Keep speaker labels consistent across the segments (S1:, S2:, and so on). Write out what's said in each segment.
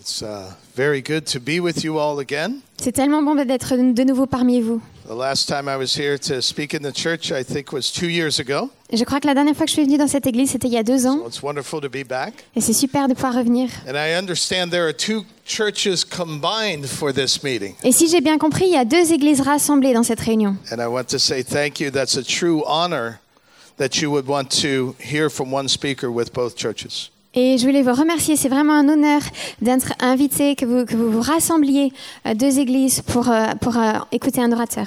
S1: It's uh, very good to be with you all again.
S2: C'est tellement bon d'être de nouveau parmi vous.
S1: The last time I was here to speak in the church, I think, was two years ago.
S2: Je crois que la dernière fois que je suis venue dans cette église, c'était il y a deux ans,
S1: Well, it's wonderful to be back.
S2: et c'est super de pouvoir revenir.
S1: And I understand there are two churches combined for this meeting.
S2: Et si j'ai bien compris, il y a deux églises rassemblées dans cette réunion.
S1: And I want to say thank you. That's a true honor that you would want to hear from one speaker with both churches.
S2: Et je voulais vous remercier, c'est vraiment un honneur d'être invité, que vous, que vous vous rassembliez euh, deux églises pour, euh, pour euh, écouter un orateur.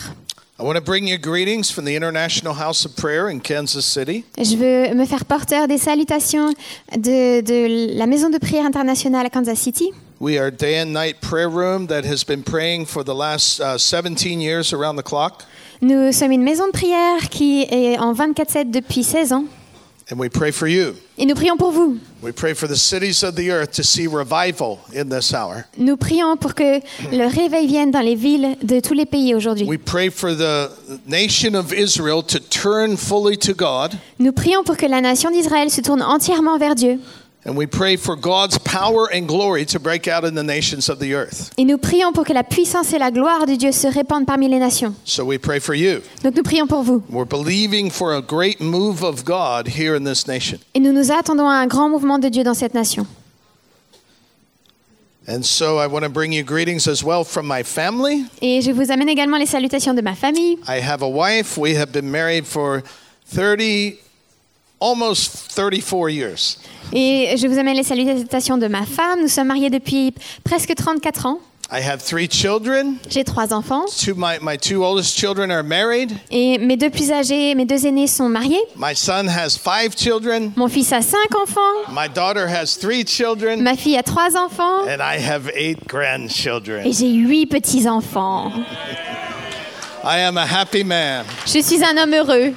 S1: I want to bring you greetings from the International House of Prayer in Kansas City.
S2: Je veux me faire porteur des salutations de, de la maison de prière internationale à Kansas City.
S1: We are a day and night prayer room that has been praying for the last uh, 17 years around the clock.
S2: Nous sommes une maison de prière qui est en 24-7 depuis 16 ans.
S1: And we pray for you.
S2: Et nous prions pour vous.
S1: We pray for the cities of the earth to see revival in this hour.
S2: Nous prions pour que le réveil vienne dans les villes de tous les pays aujourd'hui.
S1: We pray for the nation of Israel to turn fully to God.
S2: Nous prions pour que la nation d'Israël se tourne entièrement vers Dieu.
S1: And we pray for God's power and glory to break out in the nations of the earth.
S2: Et nous prions pour que la puissance et la gloire de Dieu se répandent parmi les nations.
S1: So we pray for you.
S2: Donc nous prions pour vous.
S1: We're believing for a great move of God here in this nation.
S2: Et nous nous attendons à un grand mouvement de Dieu dans cette nation.
S1: And so I want to bring you greetings as well from my family.
S2: Et je vous amène également les salutations de ma famille.
S1: I have a wife. We have been married for 30, almost 34 years.
S2: Et je vous amène les salutations de ma femme. Nous sommes mariés depuis presque 34 ans.
S1: I have three children.
S2: J'ai trois enfants.
S1: Two, my, my two oldest children are married.
S2: Et mes deux plus âgés, mes deux aînés sont mariés.
S1: My son has five children.
S2: Mon fils a cinq enfants.
S1: My daughter has three children.
S2: Ma fille a trois enfants.
S1: And I have eight grandchildren.
S2: Et j'ai huit petits-enfants.
S1: I am a happy man.
S2: Je suis un homme heureux.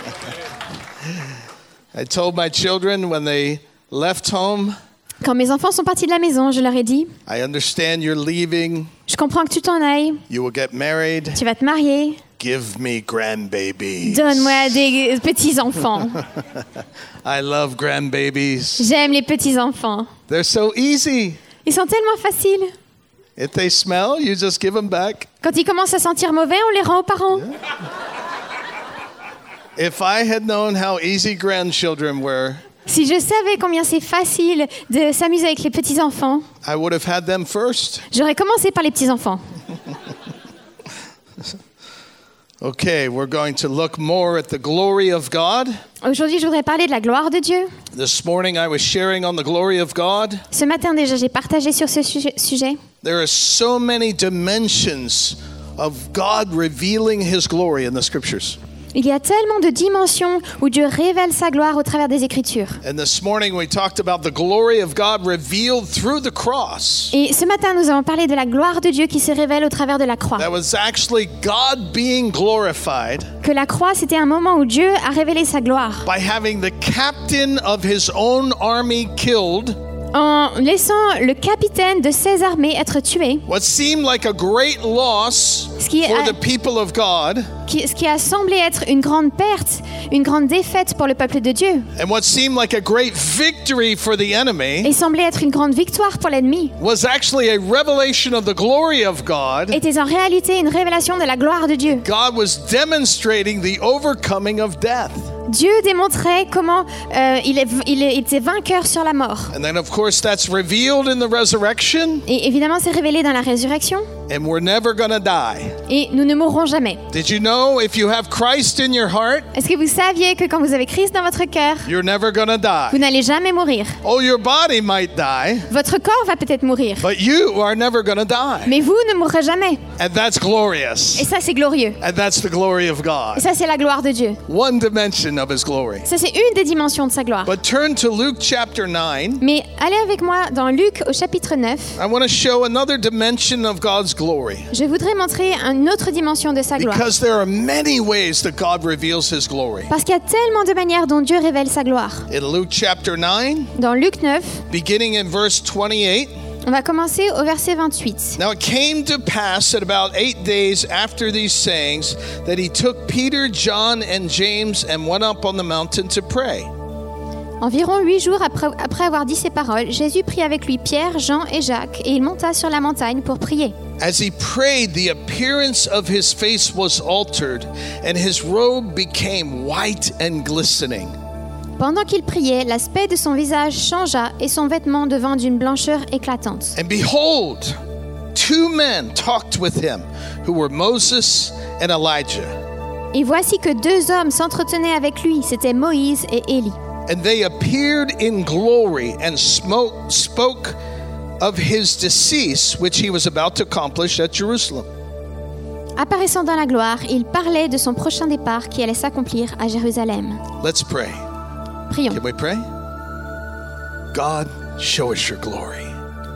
S1: I told my children when they left home,
S2: Quand mes enfants sont partis de la maison, je leur ai dit,
S1: I understand you're leaving.
S2: je comprends que tu t'en ailles,
S1: You will get married.
S2: tu vas te marier,
S1: Give me grandbabies.
S2: donne-moi des petits-enfants.
S1: I love grandbabies.
S2: J'aime les petits-enfants.
S1: They're so easy.
S2: Ils sont tellement faciles.
S1: If they smell, you just give them back.
S2: Quand ils commencent à sentir mauvais, on les rend aux parents.
S1: If I had known how easy grandchildren were,
S2: Si je savais combien c'est facile de s'amuser avec les petits-enfants,
S1: I would have had them first.
S2: j'aurais commencé par les petits-enfants.
S1: Okay, we're going to look more at the glory of God.
S2: Aujourd'hui, je voudrais parler de la gloire de Dieu.
S1: This morning I was sharing on the glory of God.
S2: Ce matin déjà, j'ai partagé sur ce suje- sujet.
S1: There are so many dimensions of God revealing his glory in the scriptures.
S2: Il y a tellement de dimensions où Dieu révèle sa gloire au travers des Écritures.
S1: And this morning we talked about the glory of God revealed through the cross.
S2: Et ce matin, nous avons parlé de la gloire de Dieu qui se révèle au travers de la croix.
S1: That was actually God being glorified
S2: Que la croix, c'était un moment où Dieu a révélé sa gloire
S1: by having the captain of his own army killed,
S2: en laissant le capitaine de ses armées être tué,
S1: what seemed like a great loss
S2: Ce qui est-
S1: for the people of God.
S2: qui- ce qui a semblé être une grande perte, une grande défaite pour le peuple de Dieu,
S1: And what seemed like a great victory for the enemy
S2: et semblait être une grande victoire pour l'ennemi,
S1: was actually a revelation of the glory of God.
S2: était en réalité une révélation de la gloire de Dieu.
S1: God was demonstrating the overcoming of death.
S2: Dieu démontrait comment euh, il, est- il est- il était vainqueur sur la mort.
S1: And then, of course, that's revealed in the resurrection,
S2: Et évidemment, c'est révélé dans la résurrection,
S1: and we're never going to die.
S2: et nous ne mourrons jamais.
S1: Did you know if you have Christ in your heart,
S2: Est-ce que vous saviez que quand vous avez Christ dans votre cœur,
S1: you're never going to
S2: vous
S1: die?
S2: n'allez jamais mourir
S1: Oh, your body might die,
S2: Votre corps va peut-être mourir,
S1: but you are never going to die.
S2: mais vous ne mourrez jamais.
S1: And that's
S2: Et
S1: glorious.
S2: ça, c'est glorieux.
S1: And that's the glory of
S2: Et
S1: God.
S2: ça, c'est la gloire de Dieu.
S1: One dimension of his glory.
S2: Ça, c'est une des dimensions de sa gloire.
S1: But turn to Luke chapter 9.
S2: Mais allez avec moi dans Luc au chapitre 9.
S1: I want to show another dimension of God's glory
S2: Je voudrais montrer une autre dimension de sa gloire.
S1: because there are many ways that God reveals his glory.
S2: Parce qu'il y a tellement de manières dont Dieu révèle sa gloire.
S1: In Luke chapter 9,
S2: Dans Luc 9,
S1: beginning in verse 28,
S2: on va commencer au verset 28.
S1: now it came to pass at about eight days after these sayings that he took Peter, John, and James and went up on the mountain to pray.
S2: Environ huit jours après, après avoir dit ces paroles, Jésus prit avec lui Pierre, Jean et Jacques, et il monta sur la montagne pour prier.
S1: As he prayed, the appearance of his face was altered, and his robe became white and glistening.
S2: Pendant qu'il priait, l'aspect de son visage changea et son vêtement devint d'une blancheur éclatante.
S1: And behold, two men talked with him, who were Moses and Elijah.
S2: Et voici que deux hommes s'entretenaient avec lui, c'étaient Moïse et Élie.
S1: And they appeared in glory and smoke, spoke of his decease, which he was about to accomplish at Jerusalem.
S2: Apparaissant dans la gloire, il parlait de son prochain départ qui allait s'accomplir à Jérusalem.
S1: Let's pray.
S2: Prions.
S1: Can we pray? God, show us your glory.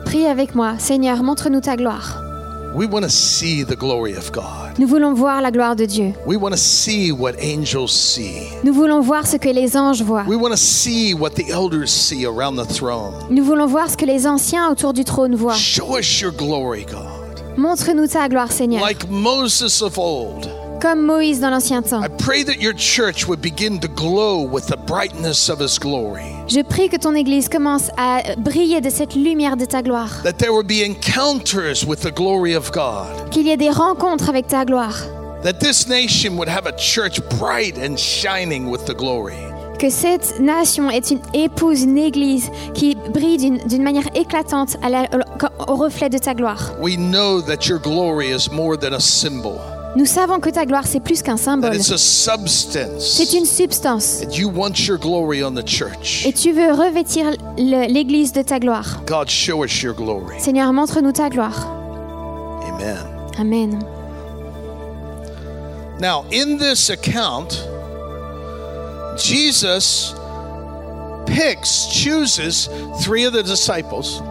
S2: Prie avec moi, Seigneur, montre-nous ta gloire.
S1: We want to see the glory of God.
S2: Nous voulons voir la gloire de Dieu.
S1: We want to see what angels see.
S2: Nous voulons voir ce que les anges voient.
S1: We want to see what the elders see around the throne.
S2: Nous voulons voir ce que les anciens autour du trône voient.
S1: Show us your glory, God.
S2: Montre-nous ta gloire, Seigneur,
S1: Like Moses of old,
S2: comme Moïse dans l'ancien temps.
S1: I pray that your church would begin to glow with the brightness of his glory.
S2: Je prie que ton Église commence à briller de cette lumière de ta gloire,
S1: That there would be encounters with the glory of God.
S2: qu'il y ait des rencontres avec ta gloire,
S1: That this nation would have a church bright and shining with the glory.
S2: que cette nation est une épouse, une Église qui brille d'une d'une manière éclatante à la- au- au reflet de ta gloire.
S1: We know that your glory is more than a symbol,
S2: Nous savons que ta gloire, c'est plus qu'un
S1: that
S2: symbole,
S1: it's a substance.
S2: c'est une substance,
S1: And you want your glory on the church.
S2: et tu veux revêtir le- l'Église de ta gloire.
S1: God, show us your glory.
S2: Seigneur, montre-nous ta gloire.
S1: Amen.
S2: Amen.
S1: Now, in this account, Jesus picks, chooses three of the disciples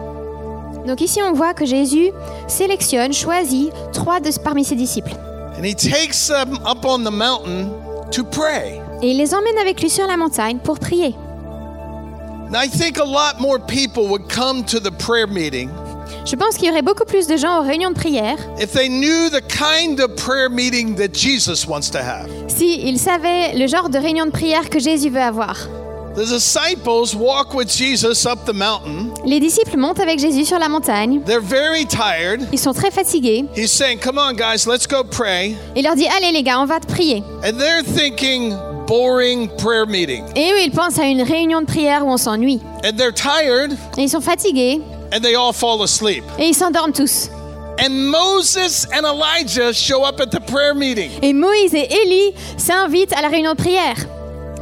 S2: Donc ici, on voit que Jésus sélectionne, choisit trois de, parmi ses disciples.
S1: and he takes them up on the mountain to pray.
S2: Et il les emmène avec lui sur la montagne pour prier.
S1: Now, I think a lot more people would come to the prayer meeting
S2: Je pense qu'il y aurait beaucoup plus de gens aux réunions de prière
S1: if they knew the kind of prayer meeting that Jesus wants to have.
S2: s'ils savaient le genre de réunion de prière que Jésus veut avoir.
S1: The disciples walk with Jesus up the mountain.
S2: Les disciples montent avec Jésus sur la montagne.
S1: They're very tired.
S2: Ils sont très fatigués.
S1: He's saying, Come on, guys, let's go pray.
S2: Il leur dit Allez les gars, on va te prier.
S1: And they're thinking, boring prayer meeting.
S2: Et eux, ils pensent à une réunion de prière où on s'ennuie.
S1: And they're tired
S2: Et ils sont fatigués
S1: and they all fall asleep.
S2: et ils s'endorment tous.
S1: And Moses and Elijah show up at the prayer meeting.
S2: Et Moïse et Élie s'invitent à la réunion de prière.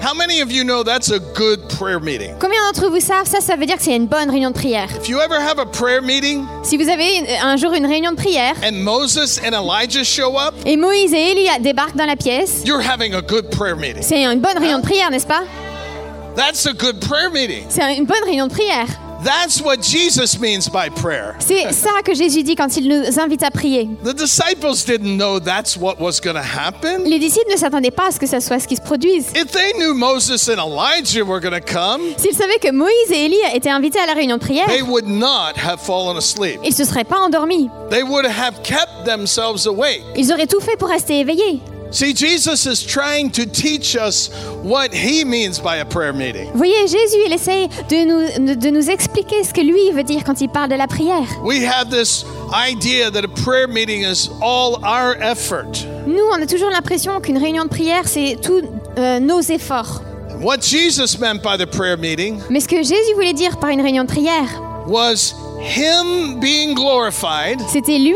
S1: How many of you know that's a good prayer meeting?
S2: Combien d'entre vous savent ça Ça veut dire que c'est une bonne réunion de prière.
S1: If you ever have a prayer meeting
S2: Si vous avez une- un jour une réunion de prière
S1: and Moses and Elijah show up,
S2: et Moïse et Élie débarquent dans la pièce,
S1: you're having a good prayer meeting.
S2: c'est une bonne réunion de prière, n'est-ce pas
S1: That's a good prayer meeting.
S2: C'est une bonne réunion de prière.
S1: That's what Jesus means by prayer.
S2: C'est ça que Jésus dit quand il nous invite à prier.
S1: The disciples didn't know that's what was going to happen.
S2: Les disciples ne s'attendaient pas à ce que ça soit ce qui se produise.
S1: If they knew Moses and Elijah were going to come,
S2: S'ils savaient que Moïse et Élie étaient invités à la réunion de prière,
S1: they would not have fallen asleep.
S2: ils se seraient pas endormis.
S1: They would have kept themselves awake.
S2: Ils auraient tout fait pour rester éveillés.
S1: See, Jesus is trying to teach us what he means by a prayer meeting.
S2: Vous voyez, Jésus, il essaye de nous, de nous expliquer ce que lui veut dire quand il parle de la prière.
S1: We have this idea that a prayer meeting is all our effort.
S2: Nous, on a toujours l'impression qu'une réunion de prière, c'est tous euh, nos efforts.
S1: What Jesus meant by the prayer meeting
S2: Mais ce que Jésus voulait dire par une réunion de prière,
S1: was him being glorified
S2: c'était lui,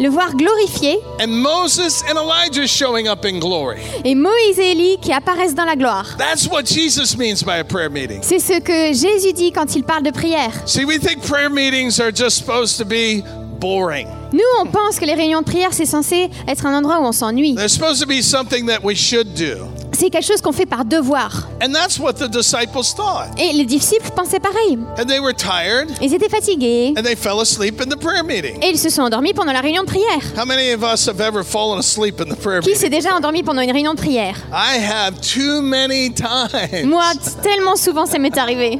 S2: le voir glorifié,
S1: and Moses and Elijah showing up in glory.
S2: et Moïse et Élie qui apparaissent dans la gloire.
S1: That's what Jesus means by a prayer meeting.
S2: C'est ce que Jésus dit quand il parle de prière.
S1: See, we think prayer meetings are just supposed to be boring.
S2: Nous, on pense que les réunions de prière, c'est censé être un endroit où on s'ennuie.
S1: They're supposed to be something that we should do.
S2: C'est quelque chose qu'on fait par devoir.
S1: And that's what the disciples thought.
S2: Et les disciples pensaient pareil.
S1: And they were tired
S2: Ils étaient fatigués
S1: and they fell asleep in the prayer meeting.
S2: et ils se sont endormis pendant la réunion de prière.
S1: How many of us have ever fallen asleep in the prayer
S2: Qui s'est
S1: meeting?
S2: déjà endormi pendant une réunion de prière
S1: I have too many times.
S2: Moi, t- tellement souvent, ça m'est arrivé.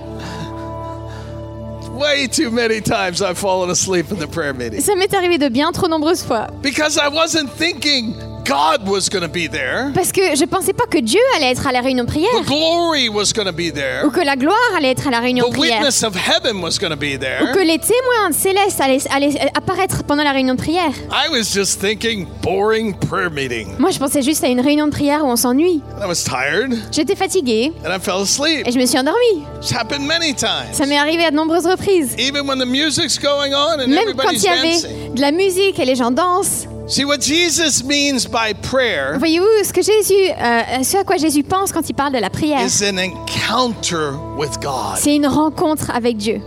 S1: Way too many times I've fallen asleep in the prayer meeting.
S2: Ça m'est arrivé de bien trop nombreuses fois.
S1: Because I wasn't thinking, God was going to be there.
S2: Parce que je pensais pas que Dieu allait être à la réunion de prière
S1: The glory was going to be
S2: ou
S1: there.
S2: que la gloire allait être à la réunion
S1: The
S2: de prière
S1: witness hein? of heaven was going to be
S2: ou
S1: there.
S2: que les témoins célestes allaient, allaient euh, apparaître pendant la réunion de prière.
S1: I was just thinking boring prayer meeting.
S2: Moi, je pensais juste à une réunion de prière où on s'ennuie.
S1: I was tired
S2: J'étais fatiguée
S1: and I fell asleep.
S2: et je me suis endormie.
S1: It's happened many times.
S2: Ça m'est arrivé à de nombreuses reprises.
S1: Even when the music's going on and
S2: Même quand il
S1: everybody's
S2: y
S1: dancing.
S2: avait de la musique et les gens dansent.
S1: See what Jesus means by prayer
S2: Voyez-vous ce que Jésus, euh, ce à quoi Jésus pense quand il parle de la prière
S1: is an encounter with God.
S2: C'est une rencontre avec Dieu.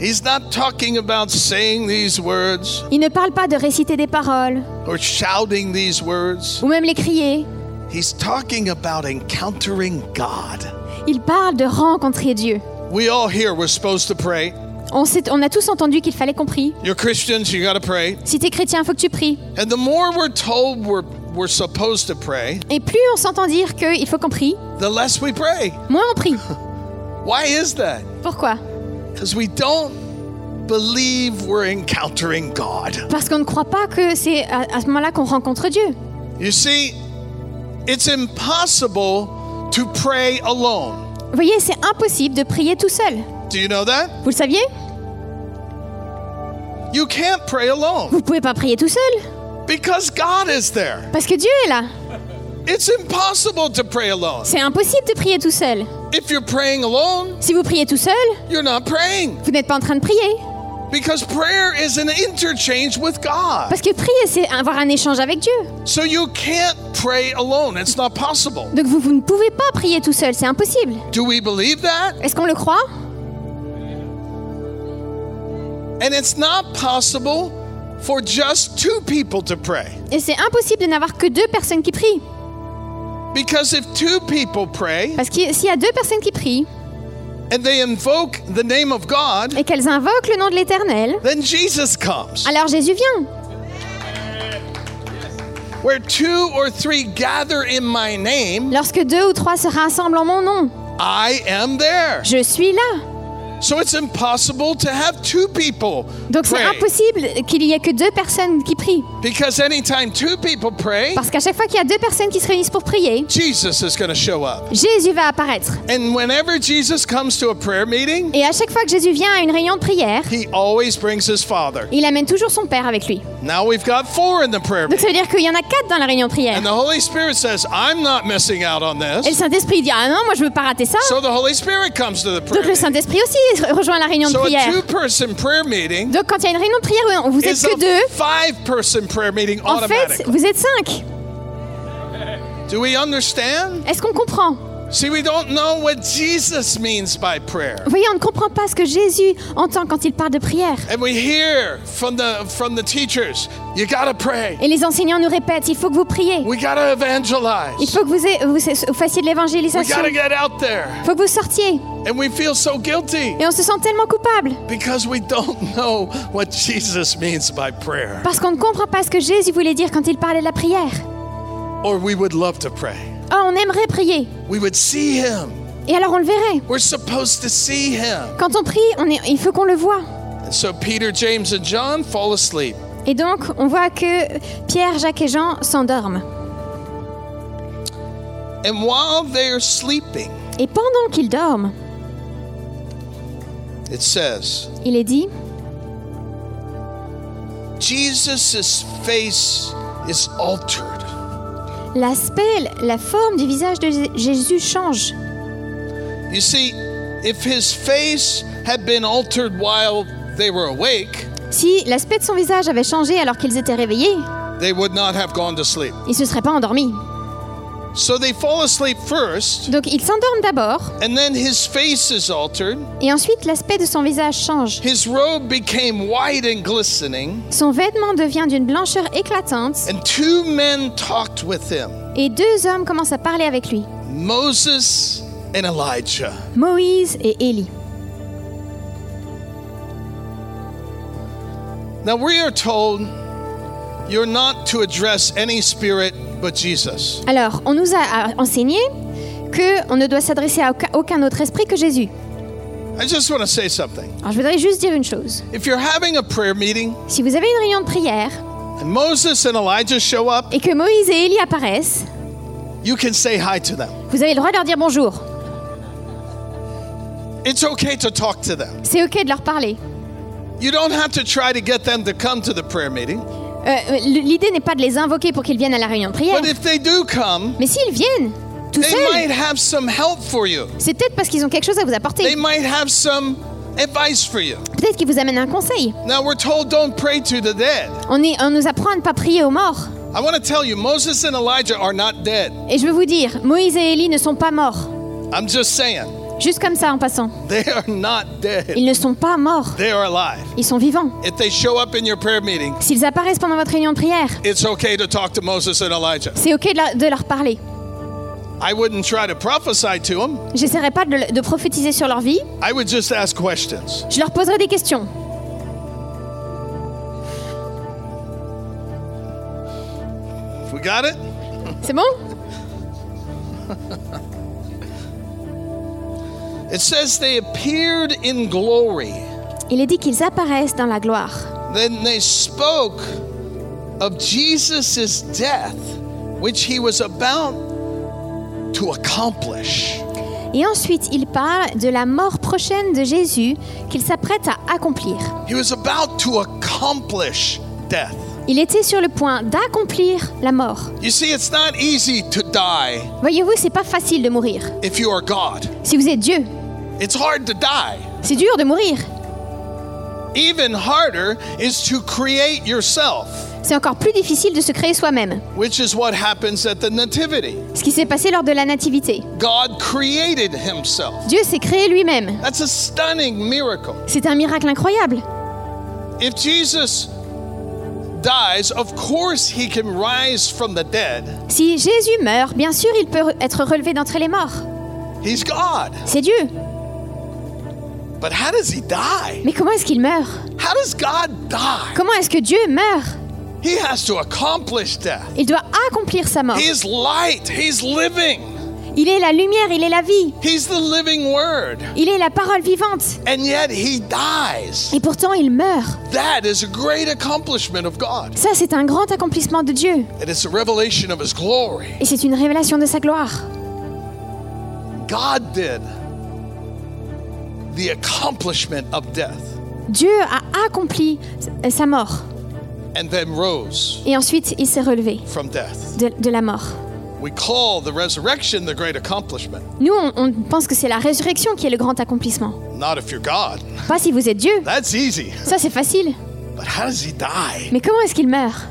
S1: He's not talking about saying these words
S2: Il ne parle pas de réciter des paroles
S1: or shouting these words.
S2: ou même les crier.
S1: He's talking about encountering God.
S2: Il parle de rencontrer Dieu.
S1: We all here we're supposed to pray.
S2: On, s'est- on a tous entendu qu'il fallait qu'on prie.
S1: You're Christians, you got to pray.
S2: Si t'es chrétien, faut que tu pries.
S1: And the more we're told we're we're supposed to pray,
S2: Et plus on s'entend dire qu'il faut qu'on prie,
S1: the less we pray.
S2: moins on prie.
S1: Why is that?
S2: Pourquoi
S1: Because we don't believe we're encountering God.
S2: Parce qu'on ne croit pas que c'est à, à ce moment-là qu'on rencontre Dieu.
S1: You see, it's impossible to pray alone.
S2: Vous voyez, c'est impossible de prier tout seul.
S1: Do you know that?
S2: Vous le saviez
S1: You can't pray alone
S2: Vous pouvez pas prier tout seul
S1: because God is there.
S2: parce que Dieu est là.
S1: It's impossible to pray alone.
S2: C'est impossible de prier tout seul.
S1: If you're praying alone,
S2: Si vous priez tout seul,
S1: you're not praying
S2: vous n'êtes pas en train de prier.
S1: because prayer is an interchange with God.
S2: Parce que prier, c'est avoir un échange avec Dieu.
S1: So you can't pray alone. It's not possible.
S2: Donc vous, vous ne pouvez pas prier tout seul, c'est impossible.
S1: Do we believe that?
S2: Est-ce qu'on le croit
S1: And it's not possible for just two people to pray.
S2: Et c'est impossible de n'avoir que deux personnes qui prient.
S1: Because if two people pray
S2: Parce que s'il y a deux personnes qui prient
S1: and they invoke the name of God,
S2: et qu'elles invoquent le nom de l'Éternel,
S1: then Jesus comes.
S2: alors Jésus vient.
S1: Where two or three gather in my name,
S2: Lorsque deux ou trois se rassemblent en mon nom,
S1: I am there.
S2: je suis là.
S1: So it's impossible to have two people
S2: Donc c'est
S1: pray.
S2: impossible qu'il n'y ait que deux personnes qui prient.
S1: Because anytime two people pray,
S2: Parce qu'à chaque fois qu'il y a deux personnes qui se réunissent pour prier,
S1: Jesus is going to show up.
S2: Jésus va apparaître.
S1: And whenever Jesus comes to a prayer meeting,
S2: Et à chaque fois que Jésus vient à une réunion de prière,
S1: he always brings his Father.
S2: il amène toujours son Père avec lui.
S1: Now we've got four in the prayer
S2: Donc
S1: meeting.
S2: ça veut dire qu'il y en a quatre dans la réunion de prière.
S1: And the Holy Spirit says, I'm not missing out on
S2: Et le
S1: this.
S2: Saint-Esprit dit Ah non, moi je veux pas rater ça.
S1: So the Holy Spirit comes to the prayer
S2: Donc le
S1: meeting.
S2: Saint-Esprit aussi rejoint la réunion de
S1: So a
S2: prière.
S1: two person prayer meeting
S2: Donc quand il y a une réunion de prière où vous êtes
S1: is
S2: que deux,
S1: a five person prayer meeting
S2: en fait,
S1: automatically.
S2: vous êtes cinq.
S1: Do we understand?
S2: Est-ce qu'on comprend
S1: See, we don't know what Jesus means by prayer.
S2: Vous voyez, on ne comprend pas ce que Jésus entend quand il parle de prière.
S1: And we hear from the from the teachers, you gotta pray.
S2: Et les enseignants nous répètent Il faut que vous priez.
S1: We gotta
S2: Il
S1: evangelize.
S2: faut que vous, ayez- vous- vous fassiez de
S1: We
S2: l'évangélisation.
S1: gotta get out there.
S2: Il faut que vous sortiez.
S1: And we feel so guilty
S2: Et on se sent tellement coupable
S1: because we don't know what Jesus means by prayer.
S2: parce qu'on ne comprend pas ce que Jésus voulait dire quand il parlait de la prière.
S1: Or we would love to pray.
S2: Oh, on aimerait prier.
S1: We would see him.
S2: Et alors on le verrait.
S1: We're supposed to see him.
S2: Quand on prie, on est- il faut qu'on le voie.
S1: And so Peter, James, and John fall asleep.
S2: Et donc, on voit que Pierre, Jacques et Jean s'endorment.
S1: And while they're sleeping,
S2: Et pendant qu'ils dorment,
S1: it says,
S2: il est dit
S1: Jesus' face is altered.
S2: L'aspect, la forme du visage de Jé- Jésus change.
S1: You see, if his face had been altered while they were awake,
S2: Si l'aspect de son visage avait changé alors qu'ils étaient réveillés,
S1: they would not have gone to sleep.
S2: ils se seraient pas endormis.
S1: So they fall asleep first,
S2: Donc ils s'endorment d'abord,
S1: and then his face is altered.
S2: et ensuite l'aspect de son visage change.
S1: His robe became white and glistening,
S2: Son vêtement devient d'une blancheur éclatante,
S1: and two men talked with him
S2: et deux hommes commencent à parler avec lui,
S1: Moses and Elijah.
S2: Moïse et Élie.
S1: Now we are told you're not to address any spirit but Jesus.
S2: Alors, on nous a a enseigné que on ne doit s'adresser à aucun- aucun autre esprit que Jésus.
S1: I just want to say something.
S2: Alors, je voudrais juste dire une chose.
S1: If you're having a prayer meeting
S2: Si vous avez une réunion de prière
S1: and Moses and Elijah show up,
S2: et que Moïse et Élie apparaissent,
S1: you can say hi to them.
S2: vous avez le droit de leur dire bonjour.
S1: It's okay to talk to them.
S2: C'est OK de leur parler.
S1: You don't have to try to get them to come to the prayer meeting.
S2: Euh, L'idée n'est pas de les invoquer pour qu'ils viennent à la réunion de prière.
S1: But if they do come,
S2: Mais s'ils viennent, tout
S1: they might
S2: seuls,
S1: have some help for you.
S2: c'est peut-être parce qu'ils ont quelque chose à vous
S1: They
S2: apporter.
S1: might have some advice for you.
S2: Peut-être qu'ils vous amènent un conseil.
S1: Now we're told don't pray to the dead.
S2: On, est, on nous apprend à ne pas prier aux morts.
S1: I want to tell you, Moses and Elijah are not dead.
S2: Et je veux vous dire, Moïse et Élie ne sont pas morts.
S1: I'm just saying,
S2: Juste comme ça en passant.
S1: they are not dead.
S2: Ils ne sont pas morts.
S1: They are alive.
S2: Ils sont vivants.
S1: If they show up in your prayer meeting,
S2: S'ils apparaissent pendant votre réunion de prière,
S1: it's okay to talk to Moses and Elijah.
S2: c'est OK de leur, de leur parler.
S1: I wouldn't try to prophesy to them.
S2: J'essaierai pas de, le- de prophétiser sur leur vie.
S1: I would just ask questions.
S2: Je leur poserai des questions.
S1: We got it?
S2: C'est bon
S1: It says they appeared in glory.
S2: Il est dit qu'ils apparaissent dans la gloire.
S1: Then they spoke of Jesus' death, which he was about to accomplish.
S2: Et ensuite, ils parlent de la mort prochaine de Jésus qu'ils s'apprêtent à accomplir.
S1: He was about to accomplish death.
S2: Il était sur le point d'accomplir la mort.
S1: You see, it's not easy to die
S2: Voyez-vous, c'est pas facile de mourir.
S1: if you are God.
S2: Si vous êtes Dieu,
S1: It's hard to die.
S2: c'est dur de mourir.
S1: Even harder is to create yourself,
S2: C'est encore plus difficile de se créer soi-même.
S1: which is what happens at the Nativity.
S2: Ce qui s'est passé lors de la nativité.
S1: God created himself.
S2: Dieu s'est créé lui-même.
S1: That's a stunning miracle.
S2: C'est un miracle incroyable.
S1: If Jesus dies, of course he can rise from the dead.
S2: Si Jésus meurt, bien sûr, il peut être relevé d'entre les morts.
S1: He's God.
S2: C'est Dieu.
S1: But how does he die?
S2: Mais comment est-ce qu'il meurt
S1: How does God die?
S2: Comment est-ce que Dieu meurt
S1: He has to accomplish death.
S2: Il doit accomplir sa mort.
S1: He is light. He's living.
S2: Il est la lumière, il est la vie,
S1: He's the living word.
S2: il est la parole vivante.
S1: And yet he dies.
S2: Et pourtant, il meurt.
S1: That is a great accomplishment of God.
S2: Ça, c'est un grand accomplissement de Dieu.
S1: And it's a revelation of his glory.
S2: Et c'est une révélation de sa gloire.
S1: God did the accomplishment of death
S2: Dieu a accompli sa mort.
S1: and then rose
S2: Et ensuite, il s'est relevé
S1: from death.
S2: de, de la mort.
S1: We call the resurrection the great accomplishment.
S2: Nous, on, on pense que c'est la résurrection qui est le grand accomplissement.
S1: Not if you're God.
S2: Pas si vous êtes Dieu.
S1: That's easy.
S2: Ça, c'est facile.
S1: But how does he die?
S2: Mais comment est-ce qu'il meurt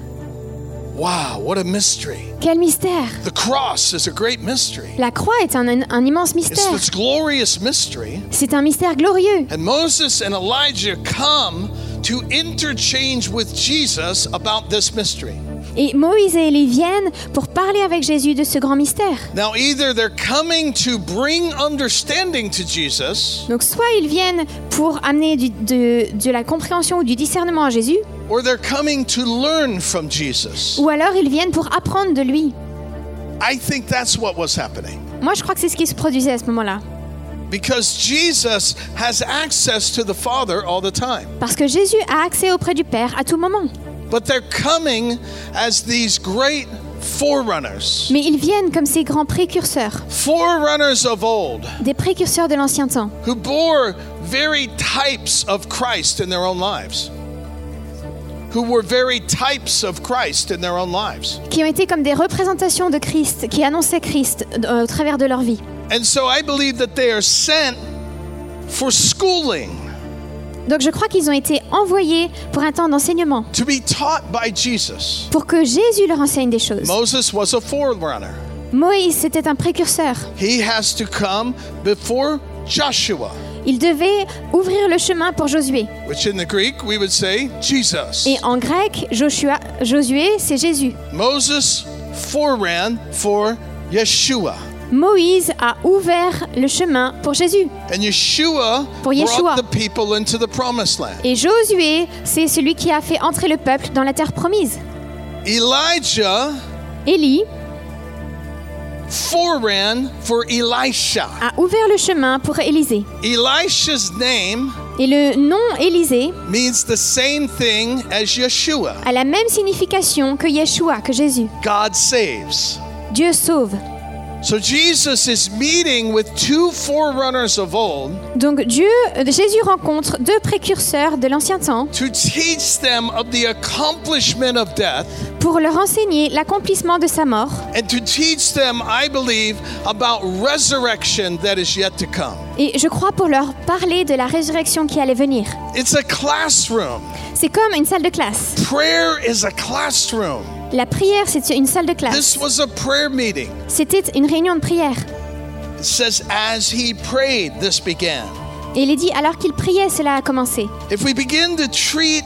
S1: Wow, what a mystery.
S2: Quel mystère
S1: The cross is a great mystery.
S2: La croix est un, un immense
S1: It's
S2: mystère.
S1: this glorious mystery.
S2: C'est un mystère glorieux.
S1: And Moses and Elijah come to interchange with Jesus about this mystery.
S2: Et Moïse et Élie viennent pour parler avec Jésus de ce grand mystère.
S1: Now, either they're coming to bring understanding to Jesus,
S2: Donc soit ils viennent pour amener du- de, de la compréhension ou du discernement à Jésus,
S1: or they're coming to learn from Jesus.
S2: ou alors ils viennent pour apprendre de lui.
S1: I think that's what was happening.
S2: Moi je crois que c'est ce qui se produisait à ce moment-là.
S1: Because Jesus has access to the Father all the time.
S2: Parce que Jésus a accès auprès du Père à tout moment.
S1: But they're coming as these great forerunners,
S2: Mais ils viennent comme ces grands précurseurs,
S1: forerunners of old,
S2: des précurseurs de l'ancien temps,
S1: who bore very types of Christ in their own lives. Who were very types of Christ in their own lives.
S2: qui ont été comme des représentations de Christ, qui annonçaient Christ euh, au travers de leur vie.
S1: And so I believe that they are sent for schooling,
S2: Donc je crois qu'ils ont été envoyés pour un temps d'enseignement,
S1: to be taught by Jesus.
S2: pour que Jésus leur enseigne des choses.
S1: Moses was a forerunner.
S2: Moïse, c'était un précurseur.
S1: He has to come before Joshua.
S2: Il devait ouvrir le chemin pour Josué.
S1: which in the Greek we would say Jesus.
S2: Et en grec, Joshua, Josué, c'est Jésus.
S1: Moses foreran for Yeshua.
S2: Moïse a ouvert le chemin pour Jésus.
S1: And Yeshua
S2: Pour
S1: brought
S2: Yeshua.
S1: the people into the promised land.
S2: Et Josué, c'est celui qui a fait entrer le peuple dans la terre promise.
S1: Elijah
S2: Élie
S1: foreran for Elisha.
S2: a ouvert le chemin pour Élisée.
S1: Elisha's name
S2: Et Et le nom Élisée
S1: means the same thing as Yeshua.
S2: a la même signification que Yeshua, que Jésus.
S1: God saves.
S2: Dieu sauve.
S1: So Jesus is meeting with two forerunners of old
S2: Donc Dieu, euh, Jésus rencontre deux précurseurs de l'ancien temps
S1: to teach them of the accomplishment of death
S2: pour leur enseigner l'accomplissement de sa mort
S1: and to teach them, I believe, about resurrection that is yet to come.
S2: et je crois pour leur parler de la résurrection qui allait venir.
S1: It's a classroom.
S2: C'est comme une salle de classe.
S1: Prayer is a classroom.
S2: La prière, c'est une salle de classe.
S1: This was a prayer meeting.
S2: C'était une réunion de prière.
S1: It says, as he prayed, this began.
S2: Et il est dit, alors qu'il priait, cela a commencé.
S1: If we begin to treat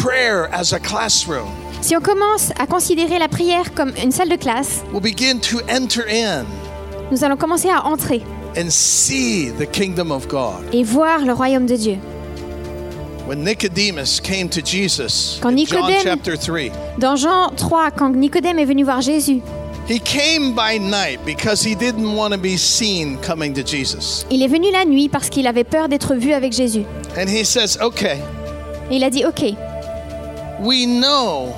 S1: prayer as a classroom,
S2: Si on commence à considérer la prière comme une salle de classe,
S1: we'll begin to enter in
S2: nous allons commencer à entrer
S1: and see the kingdom of God.
S2: et voir le royaume de Dieu.
S1: When Nicodemus came to Jesus
S2: Quand
S1: in John
S2: Nicodème-
S1: chapter 3,
S2: Dans Jean 3, quand Nicodème est venu voir Jésus,
S1: he came by night because he didn't want to be seen coming to Jesus.
S2: il est venu la nuit parce qu'il avait peur d'être vu avec Jésus.
S1: And he says, Okay,
S2: Et il a dit, OK,
S1: we know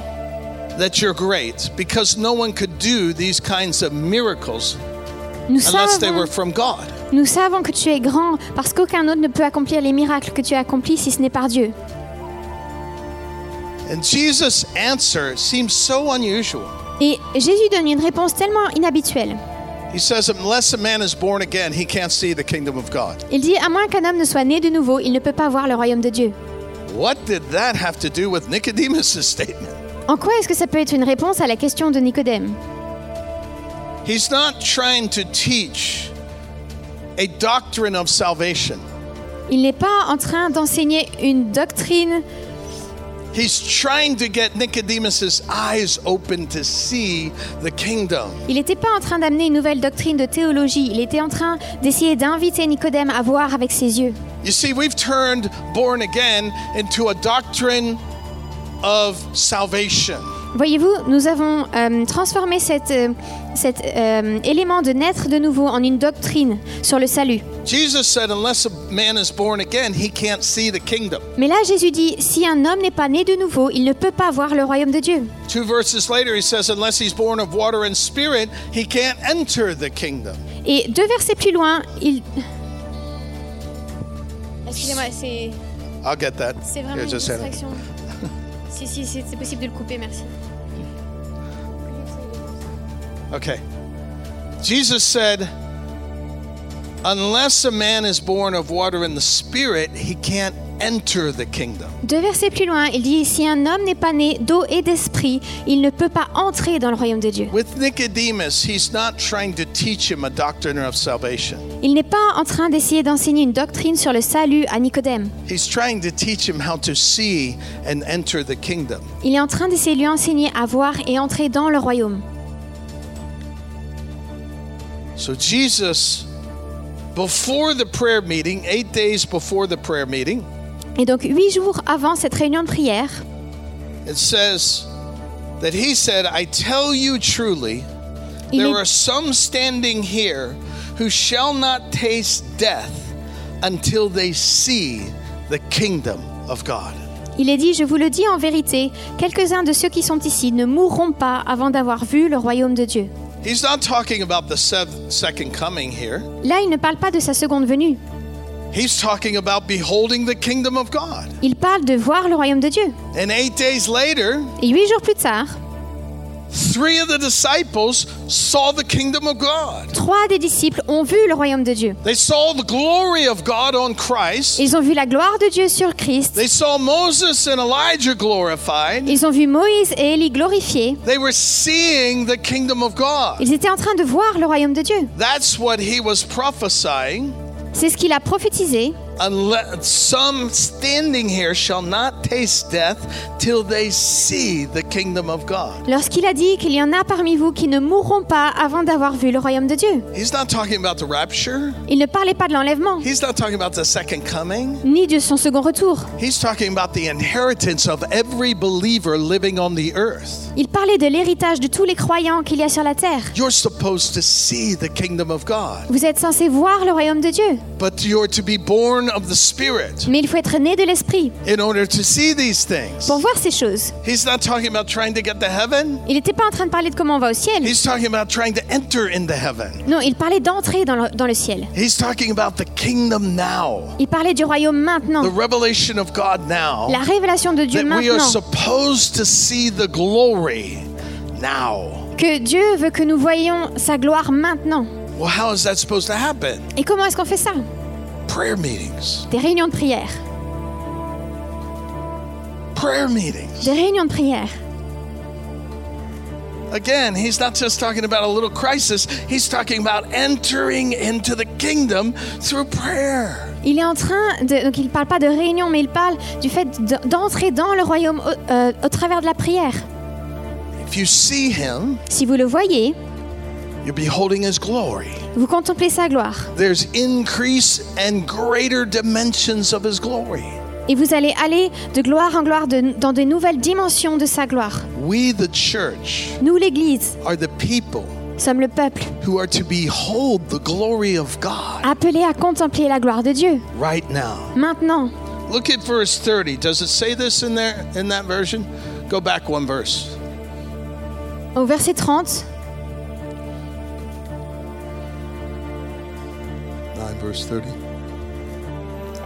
S1: that you're great because no one could do these kinds of miracles
S2: nous
S1: unless they were
S2: savons,
S1: from God.
S2: nous savons que tu es grand parce qu'aucun autre ne peut accomplir les miracles que tu as accomplis si ce n'est par Dieu.
S1: And Jesus' answer seems so unusual.
S2: Et Jésus donne une réponse tellement inhabituelle.
S1: He says, Unless a man is born again, he can't see the kingdom of God.
S2: Il dit, à moins qu'un homme ne soit né de nouveau, il ne peut pas voir le royaume de Dieu.
S1: What did that have to do with Nicodemus' statement?
S2: En quoi est-ce que ça peut être une réponse à la question de Nicodème
S1: He's not trying to teach a doctrine of salvation,
S2: Il n'est pas en train d'enseigner une doctrine,
S1: he's trying to get Nicodemus' eyes open to see the kingdom.
S2: il n'était pas en train d'amener une nouvelle doctrine de théologie, il était en train d'essayer d'inviter Nicodème à voir avec ses yeux.
S1: You see, we've turned born again into a doctrine of salvation.
S2: Voyez-vous, nous avons euh, transformé cet, euh, cet euh, élément de naître de nouveau en une doctrine sur le salut.
S1: Jesus said, Unless a man is born again, he can't see the kingdom.
S2: Mais là, Jésus dit, si un homme n'est pas né de nouveau, il ne peut pas voir le royaume de Dieu.
S1: Two verses later, he says, Unless he's born of water and spirit, he can't enter the kingdom.
S2: Et deux versets plus loin, il... Excusez-moi, c'est...
S1: I'll get that.
S2: C'est vraiment
S1: Here,
S2: une
S1: just hand it.
S2: distraction. si, si, si, c'est possible de le couper, merci.
S1: Okay. Jesus said, Unless a man is born of water and the spirit, he can't enter the kingdom.
S2: Deux versets plus loin, il dit Si un homme n'est pas né d'eau et d'esprit, il ne peut pas entrer dans le royaume de Dieu.
S1: With Nicodemus, he's not trying to teach him a doctrine of salvation.
S2: Il n'est pas en train d'essayer d'enseigner une doctrine sur le salut à Nicodème.
S1: He's trying to teach him how to see and enter the kingdom.
S2: Il est en train d'essayer de lui enseigner à voir et entrer dans le royaume.
S1: So Jesus, before the prayer meeting, eight days before the prayer meeting,
S2: Et donc, huit jours avant cette réunion de prière,
S1: It says that he said, I tell you truly,
S2: il
S1: there are
S2: est,
S1: some standing here who shall not taste death until they see the kingdom of God.
S2: il est dit Je vous le dis en vérité, quelques-uns de ceux qui sont ici ne mourront pas avant d'avoir vu le royaume de Dieu.
S1: He's not talking about the sev- second coming here.
S2: Là, il ne parle pas de sa seconde venue.
S1: He's talking about beholding the kingdom of God.
S2: Il parle de voir le royaume de Dieu.
S1: And eight days later,
S2: Et huit jours plus tard,
S1: three of the disciples saw the kingdom of God.
S2: trois des disciples ont vu le royaume de Dieu.
S1: They saw the glory of God on Christ.
S2: Ils ont vu la gloire de Dieu sur Christ.
S1: They saw Moses and Elijah glorified.
S2: Ils ont vu Moïse et Élie glorifiés.
S1: They were seeing the kingdom of God.
S2: Ils étaient en train de voir le royaume de Dieu.
S1: That's what he was prophesying.
S2: C'est ce qu'il a prophétisé.
S1: Unless some standing here shall not taste death till they see the kingdom of God.
S2: Lorsqu'il a dit qu'il y en a parmi vous qui ne mourront pas avant d'avoir vu le royaume de Dieu.
S1: He's not talking about the rapture.
S2: Il ne parlait pas de l'enlèvement,
S1: He's not talking about the second coming.
S2: ni de son second retour.
S1: He's talking about the inheritance of every believer living on the earth.
S2: Il parlait de l'héritage de tous les croyants qu'il y a sur la terre.
S1: You're supposed to see the kingdom of God,
S2: Vous êtes censés voir le royaume de Dieu,
S1: but you're to be born born of the Spirit
S2: Mais il faut être né de l'esprit
S1: in order to see these things.
S2: pour voir ces choses.
S1: He's not talking about trying to get to heaven.
S2: Il n'était pas en train de parler de comment on va au ciel.
S1: He's talking about trying to enter into heaven.
S2: Non, il parlait d'entrer dans le, dans le ciel.
S1: He's talking about the kingdom now,
S2: Il parlait du royaume maintenant,
S1: the revelation of God now,
S2: la révélation de Dieu
S1: that we are
S2: maintenant.
S1: supposed to see the glory now.
S2: Que Dieu veut que nous voyions sa gloire maintenant.
S1: Well, how is that supposed to happen?
S2: Et comment est-ce qu'on fait ça
S1: Prayer meetings.
S2: Des réunions de prière.
S1: Prayer meetings.
S2: Des réunions de prière.
S1: Again, he's not just talking about a little crisis, he's talking about entering into the kingdom through prayer.
S2: Il est en train de. Donc il ne parle pas de réunion, mais il parle du fait de- d'entrer dans le royaume au, euh, au travers de la prière.
S1: If you see him,
S2: Si vous le voyez,
S1: you're beholding his glory.
S2: vous contemplez sa gloire.
S1: There's increase and greater dimensions of his glory.
S2: Et vous allez aller de gloire en gloire de- dans de nouvelles dimensions de sa gloire.
S1: We, the church,
S2: Nous, l'Église,
S1: are the people
S2: sommes le peuple
S1: who are to behold the glory of God
S2: appelé à contempler la gloire de Dieu.
S1: right now.
S2: Maintenant,
S1: Look at verse 30. Does it say this in there in that version? Go back one verse.
S2: au verset 30,
S1: 9 verse 30.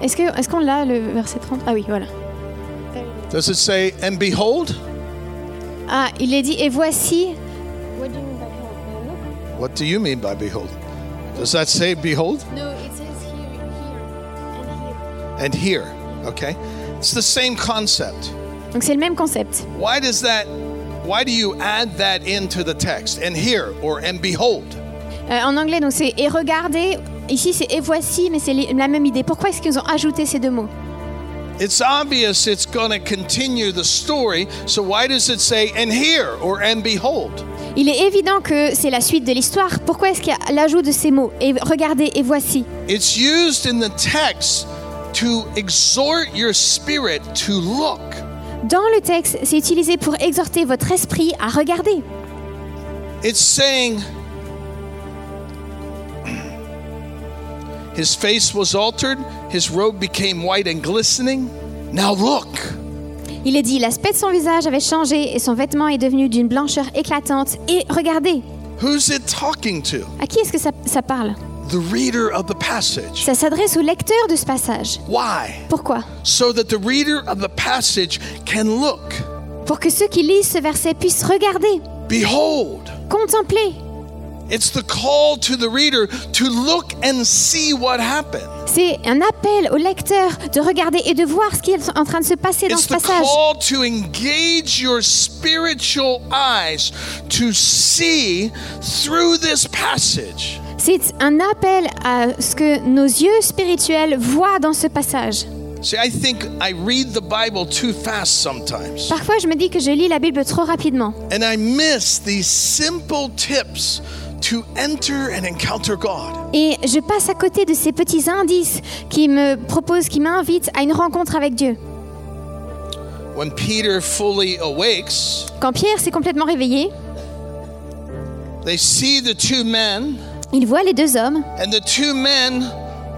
S2: est-ce que- est-ce qu'on l'a le verset 30 Ah oui, voilà.
S1: Does it say, "And behold,
S2: Ah, il est dit Et voici,
S1: What do you mean by behold? Does that say behold? And here, okay? It's the same concept.
S2: donc c'est le même concept.
S1: Why does that why do you add that into the text? And here or and behold?
S2: Euh, en anglais, donc c'est Et regardez. Ici, c'est Et voici, mais c'est les- la même idée. Pourquoi est-ce qu'ils ont ajouté ces deux mots
S1: It's obvious it's going to continue the story, so why does it say and here or and behold?
S2: Il est évident que c'est la suite de l'histoire. Pourquoi est-ce qu'il y a l'ajout de ces mots Et regardez, et voici.
S1: It's used in the text to exhort your spirit to look.
S2: Dans le texte, c'est utilisé pour exhorter votre esprit à regarder.
S1: It's saying his face was altered, his robe became white and glistening. Now look.
S2: Il est dit, l'aspect de son visage avait changé et son vêtement est devenu d'une blancheur éclatante. Et regardez,
S1: Who's it talking to?
S2: à qui est-ce que ça, ça parle
S1: The reader of the passage.
S2: Ça s'adresse au lecteur de ce passage.
S1: Why?
S2: Pourquoi
S1: So that the reader of the passage can look.
S2: Pour que ceux qui lisent ce verset puissent regarder,
S1: Behold.
S2: contempler.
S1: It's the call to the reader to look and see what happened.
S2: C'est un appel au lecteur de regarder et de voir ce qui est en train de se passer dans
S1: It's
S2: ce
S1: the
S2: passage.
S1: call to engage your spiritual eyes to see through this passage
S2: C'est un appel à ce que nos yeux spirituels voient dans ce passage.
S1: See, I think I read the Bible too fast sometimes,
S2: Parfois, je me dis que je lis la Bible trop rapidement
S1: and I miss these simple tips to enter and encounter God.
S2: et je passe à côté de ces petits indices qui me proposent, qui m'invitent à une rencontre avec Dieu.
S1: When Peter fully awakes,
S2: Quand Pierre s'est complètement réveillé,
S1: they see the two men,
S2: il voit les deux hommes
S1: and the two men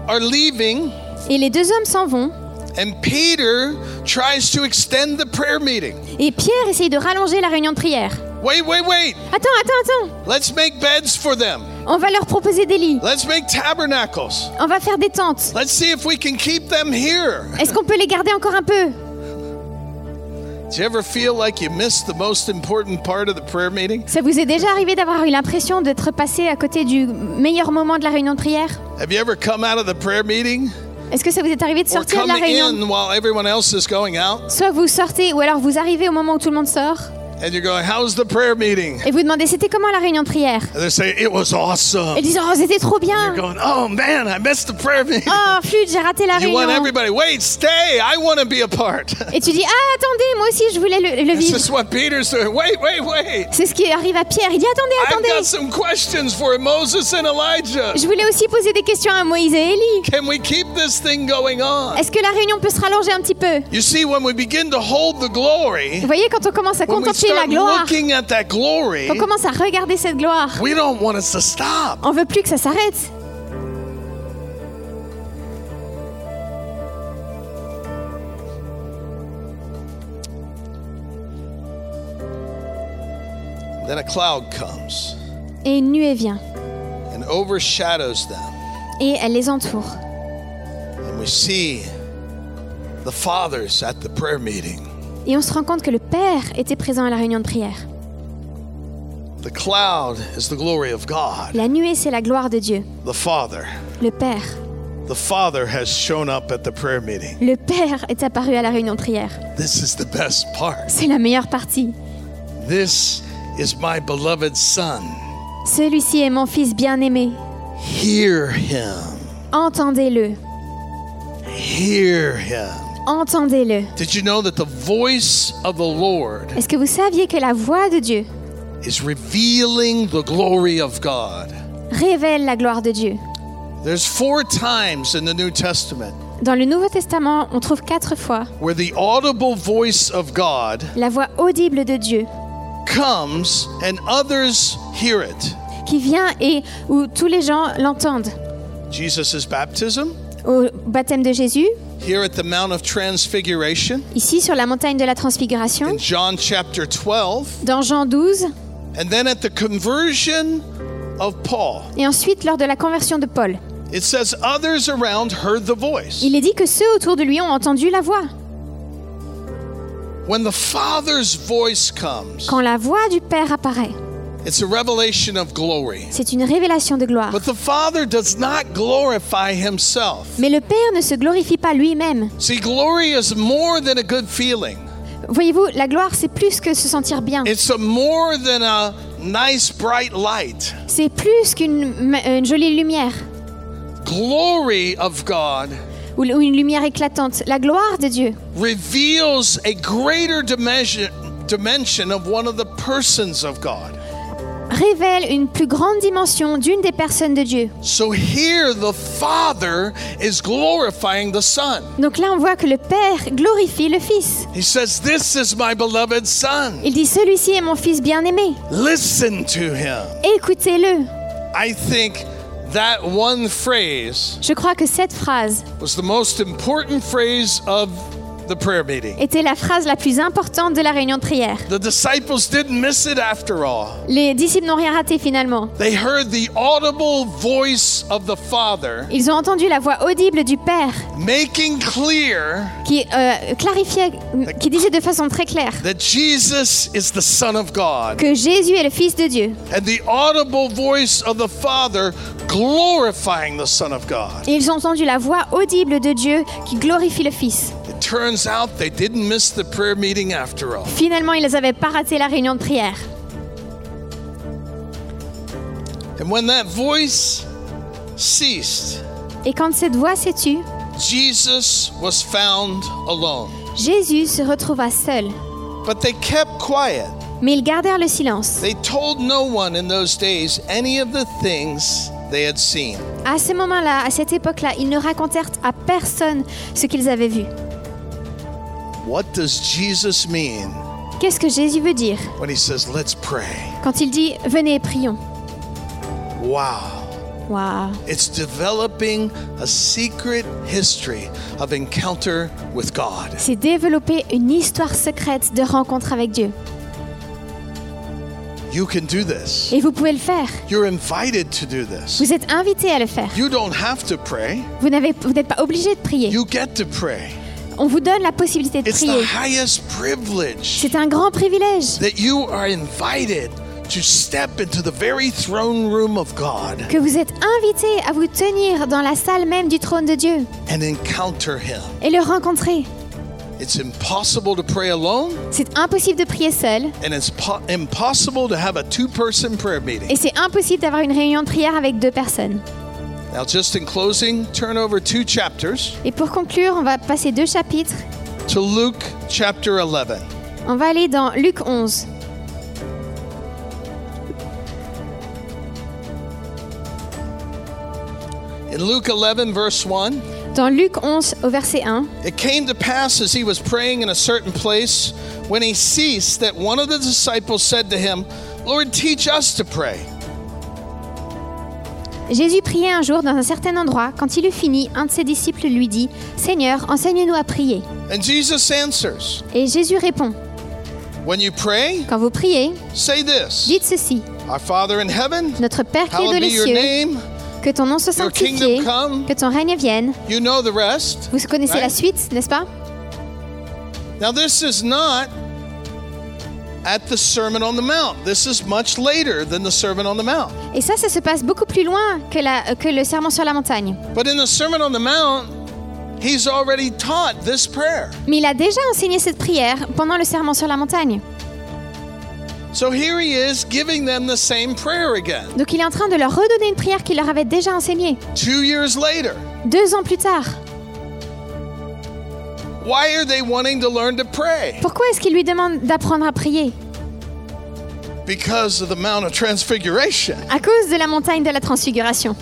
S1: are leaving,
S2: et les deux hommes s'en vont.
S1: and Peter tries to extend the prayer meeting.
S2: Et Pierre essaye de rallonger la réunion de prière.
S1: Wait, wait, wait.
S2: Attends, attends,
S1: Let's make beds for them.
S2: attends. On va leur proposer des lits.
S1: Let's make tabernacles.
S2: On va faire des tentes.
S1: Let's see if we can keep them here.
S2: Est-ce qu'on peut les garder encore un peu
S1: Do you ever feel like you missed the most important part of the prayer meeting?
S2: Ça vous est déjà arrivé d'avoir eu l'impression d'être passé à côté du meilleur moment de la réunion de prière
S1: Have you ever come out of the prayer meeting
S2: Est-ce que ça vous est arrivé de
S1: or
S2: sortir de
S1: come
S2: la réunion
S1: in while everyone else is going out
S2: Soit vous sortez ou alors vous arrivez au moment où tout le monde sort
S1: and you're going, How's the prayer meeting?
S2: et vous demandez c'était comment la réunion de prière
S1: And they say, It was awesome.
S2: Ils disent oh c'était trop bien
S1: You're going, Oh man, I missed the prayer meeting.
S2: Oh flûte j'ai raté la
S1: You
S2: réunion
S1: want everybody, wait, stay. I want to be a part.
S2: Et tu dis ah attendez moi aussi je voulais le, le
S1: This
S2: vivre
S1: is what Peter's doing. Wait, wait, wait.
S2: C'est ce qui arrive à Pierre. Il dit
S1: I've
S2: attendez,
S1: got
S2: attendez.
S1: some questions for Moses and Elijah.
S2: Je voulais aussi poser des questions à Moïse et Élie.
S1: Can we keep this thing going on?
S2: Est-ce que la réunion peut se rallonger un petit peu Vous
S1: You see, when we begin to hold the glory,
S2: voyez, quand on commence à
S1: when we
S2: contempler la
S1: start
S2: gloire,
S1: looking at that glory,
S2: on commence à regarder cette gloire.
S1: we don't want us to stop.
S2: On veut plus que ça s'arrête.
S1: Then a cloud comes
S2: et une nuée vient
S1: and overshadows them.
S2: et elle les entoure.
S1: And we see the fathers at the prayer meeting.
S2: Et on se rend compte que le Père était présent à la réunion de prière.
S1: The cloud is the glory of God,
S2: La nuée, c'est la gloire de Dieu,
S1: the Father.
S2: le Père.
S1: The Father has shown up at the prayer meeting.
S2: Le Père est apparu à la réunion de prière.
S1: This is the best part.
S2: C'est la meilleure partie.
S1: This is my beloved Son.
S2: Celui-ci est mon fils bien-aimé.
S1: Hear him.
S2: Entendez-le.
S1: Hear him.
S2: Entendez-le.
S1: Did you know that the voice of the Lord
S2: Est-ce que vous saviez que la voix de Dieu
S1: is revealing the glory of God?
S2: révèle la gloire de Dieu
S1: There's four times in the New Testament
S2: Dans le Nouveau Testament, on trouve quatre fois
S1: where the audible voice of God
S2: la voix audible de Dieu
S1: comes and others hear it.
S2: qui vient et où tous les gens l'entendent.
S1: Jesus' baptism,
S2: Au baptême de Jésus,
S1: here at the Mount of Transfiguration,
S2: ici sur la montagne de la Transfiguration,
S1: in John chapter 12,
S2: dans Jean 12,
S1: and then at the conversion of Paul.
S2: et ensuite lors de la conversion de Paul.
S1: It says others around heard the voice.
S2: Il est dit que ceux autour de lui ont entendu la voix.
S1: When the Father's voice comes,
S2: Quand la voix du Père apparaît,
S1: it's a revelation of glory.
S2: c'est une révélation de gloire.
S1: But the Father does not glorify himself.
S2: Mais le Père ne se glorifie pas lui-même.
S1: See, glory is more than a good feeling.
S2: Voyez-vous, la gloire, c'est plus que se sentir bien.
S1: It's a more than a nice bright light.
S2: C'est plus qu'une ma- euh, une jolie lumière
S1: Glory of God
S2: ou l- ou une lumière éclatante. La gloire de Dieu
S1: reveals a greater dimension dimension of one of the persons of God.
S2: révèle une plus grande dimension d'une des personnes de Dieu.
S1: So here the Father is glorifying the Son.
S2: Donc là, on voit que le Père glorifie le Fils.
S1: He says, "This is my beloved Son.
S2: Il dit, celui-ci est mon Fils bien-aimé.
S1: Listen to him."
S2: Écoutez-le.
S1: I think that one phrase
S2: Je crois que cette phrase
S1: was the most important phrase of the prayer meeting.
S2: était la phrase la plus importante de la réunion de prière.
S1: The disciples didn't miss it after all.
S2: Les disciples n'ont rien raté finalement.
S1: They heard the audible voice of the Father
S2: Ils ont entendu la voix audible du Père
S1: making clear
S2: qui euh, clarifiait, qui disait de façon très claire
S1: that Jesus is the Son of God.
S2: que Jésus est le Fils de Dieu.
S1: And the audible voice of the Father glorifying the Son of God.
S2: Et ils ont entendu la voix audible de Dieu qui glorifie le Fils.
S1: It turns out they didn't miss the prayer meeting after all.
S2: Finalement, ils n'avaient pas raté la réunion de prière.
S1: And when that voice ceased,
S2: Et quand cette voix s'est tue,
S1: Jesus was found alone.
S2: Jésus se retrouva seul.
S1: But they kept quiet.
S2: Mais ils gardèrent le silence.
S1: They told no one in those days any of the things they had seen.
S2: À ce moment-là, à cette époque-là, ils ne racontèrent à personne ce qu'ils avaient vu.
S1: What does Jesus mean
S2: Qu'est-ce que Jésus veut dire
S1: when he says, let's pray?
S2: quand il dit Venez et prions
S1: Wow.
S2: Waouh
S1: It's developing a secret history of encounter with God.
S2: C'est développer une histoire secrète de rencontre avec Dieu.
S1: You can do this.
S2: Et vous pouvez le faire.
S1: You're invited to do this.
S2: Vous êtes invité à le faire.
S1: You don't have to pray,
S2: Vous n'avez- vous n'êtes pas obligé de prier.
S1: you get to pray.
S2: On vous donne la possibilité de
S1: It's the
S2: prier.
S1: highest privilege
S2: C'est un grand privilège
S1: that you are invited to step into the very throne room of God
S2: que vous êtes invité à vous tenir dans la salle même du trône de Dieu
S1: and encounter Him.
S2: et le rencontrer.
S1: It's impossible to pray alone.
S2: C'est impossible de prier seul
S1: And it's po- impossible to have a two person prayer meeting.
S2: et c'est impossible d'avoir une réunion de prière avec deux personnes.
S1: Now, just in closing, turn over two chapters
S2: Et pour conclure, on va passer deux chapitres.
S1: to Luke chapter 11.
S2: On va aller dans Luc 11.
S1: In Luke 11, verse 1,
S2: Dans Luc 11 au verset 1,
S1: it came to pass as he was praying in a certain place when he ceased that one of the disciples said to him, Lord, teach us to pray.
S2: Jésus priait un jour dans un certain endroit. Quand il eut fini, un de ses disciples lui dit, Seigneur, enseigne-nous à prier.
S1: And Jesus answers,
S2: Et Jésus répond,
S1: When you pray,
S2: Quand vous priez,
S1: say this
S2: dites ceci.
S1: Our Father in heaven,
S2: Notre Père qui est
S1: hallowed
S2: de
S1: be your
S2: cieux,
S1: name.
S2: que ton nom soit
S1: Your kingdom
S2: sanctifié,
S1: come.
S2: que ton règne vienne.
S1: You know the rest.
S2: Vous connaissez
S1: Right.
S2: la suite, n'est-ce pas
S1: Now, this is not at the Sermon on the Mount. This is much later than the Sermon on the Mount.
S2: Et ça, ça se passe beaucoup plus loin que, la- euh, que le serment sur la montagne.
S1: But in the Sermon on the Mount, he's already taught this prayer.
S2: Mais il a déjà enseigné cette prière pendant le serment sur la montagne.
S1: So here he is giving them the same prayer again.
S2: Donc il est en train de leur redonner une prière qu'il leur avait déjà enseignée,
S1: Two years later,
S2: deux ans plus tard.
S1: why are they wanting to learn to pray?
S2: Pourquoi est-ce qu'il lui demande d'apprendre à prier
S1: Because of the Mount of Transfiguration.
S2: À cause de la montagne de la transfiguration.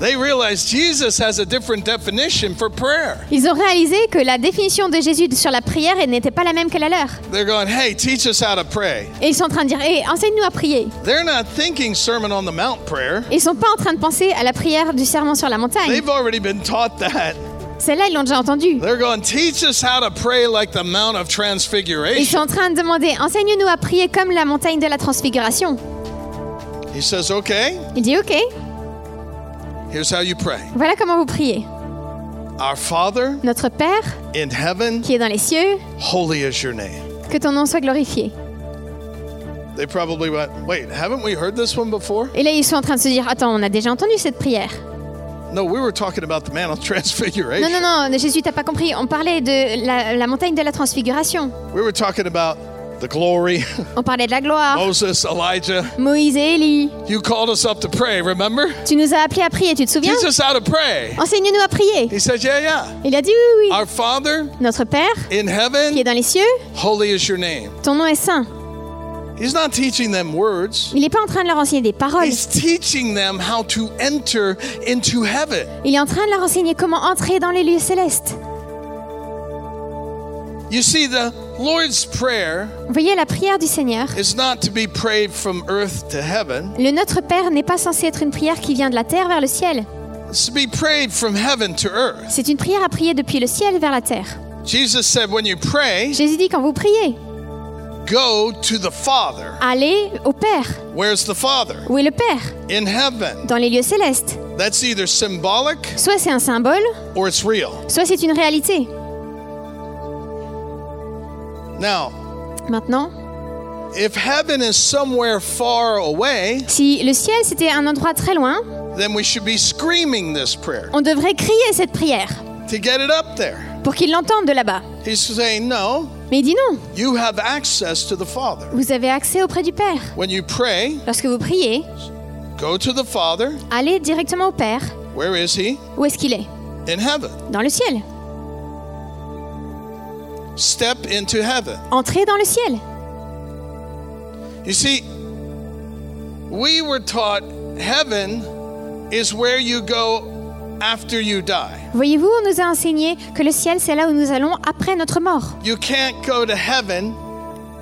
S1: They realize Jesus has a different definition for prayer.
S2: Ils ont réalisé que la définition de Jésus sur la prière elle n'était pas la même que la leur.
S1: They're going, hey, teach us how to pray.
S2: Et ils sont en train de dire, Eh, enseigne-nous à prier.
S1: They're not thinking Sermon on the Mount prayer.
S2: Ils sont pas en train de penser à la prière du serment sur la montagne.
S1: They've already been taught that.
S2: Celle-là, ils l'ont déjà entendue.
S1: They're going, teach us how to pray like the Mount of
S2: Ils sont
S1: Transfiguration.
S2: en train de demander, enseigne-nous à prier comme la montagne de la transfiguration.
S1: He says, okay,
S2: Il dit, ok,
S1: here's how you pray
S2: voilà comment vous priez.
S1: Our Father
S2: Notre Père,
S1: in heaven,
S2: qui est dans les cieux,
S1: holy is your name.
S2: que ton nom soit glorifié.
S1: They probably went, wait, haven't we heard this one before?
S2: Et là, ils sont en train de se dire, attends, on a déjà entendu cette prière.
S1: No, we were talking about the Mount of
S2: Non,
S1: Transfiguration.
S2: non, non, Jésus, t'as pas compris. On parlait de la, la montagne de la transfiguration.
S1: We were talking about the glory,
S2: On parlait de la gloire.
S1: Moses, Elijah.
S2: Moïse et Élie.
S1: You called us up to pray, remember?
S2: Tu nous as appelés à prier, tu te souviens
S1: Teach us how to pray.
S2: Enseigne-nous à prier.
S1: He said, Yeah, yeah.
S2: Il a dit oui, oui.
S1: Our Father
S2: Notre Père,
S1: in
S2: qui est
S1: heaven,
S2: dans les cieux,
S1: holy is your name.
S2: ton nom est saint.
S1: He's not teaching them words.
S2: Il n'est pas en train de leur enseigner des paroles.
S1: He's teaching them how to enter into heaven.
S2: Il est en train de leur enseigner comment entrer dans les lieux célestes.
S1: You see, the Lord's Prayer
S2: Vous voyez, la prière du Seigneur,
S1: is not to be prayed from earth to heaven,
S2: le Notre Père n'est pas censé être une prière qui vient de la terre vers le ciel.
S1: it's to be prayed from heaven to earth.
S2: C'est une prière à prier depuis le ciel vers la terre.
S1: Jesus said, When you pray,
S2: Jésus dit quand vous priez,
S1: go to the Father.
S2: allez au Père.
S1: Where's the Father?
S2: Où est le Père
S1: In heaven.
S2: Dans les lieux célestes.
S1: That's either symbolic
S2: Soit c'est un symbole,
S1: or it's real.
S2: soit c'est une réalité.
S1: Now,
S2: Maintenant,
S1: If heaven is somewhere far away,
S2: si le ciel c'était un endroit très loin,
S1: then we should be screaming this prayer
S2: on devrait crier cette prière
S1: to get it up there.
S2: pour qu'ils l'entendent de là-bas.
S1: He's saying, No,
S2: Mais il dit non,
S1: you have access to the Father.
S2: vous avez accès auprès du Père.
S1: When you pray,
S2: Lorsque vous priez,
S1: go to the Father.
S2: allez directement au Père.
S1: Where is He?
S2: Où est-ce qu'il est
S1: In heaven.
S2: Dans le ciel.
S1: Step into heaven.
S2: Entrez dans le ciel.
S1: You see, we were taught heaven is where you go after you die.
S2: Voyez-vous, on nous a enseigné que le ciel c'est là où nous allons après notre mort.
S1: You can't go to heaven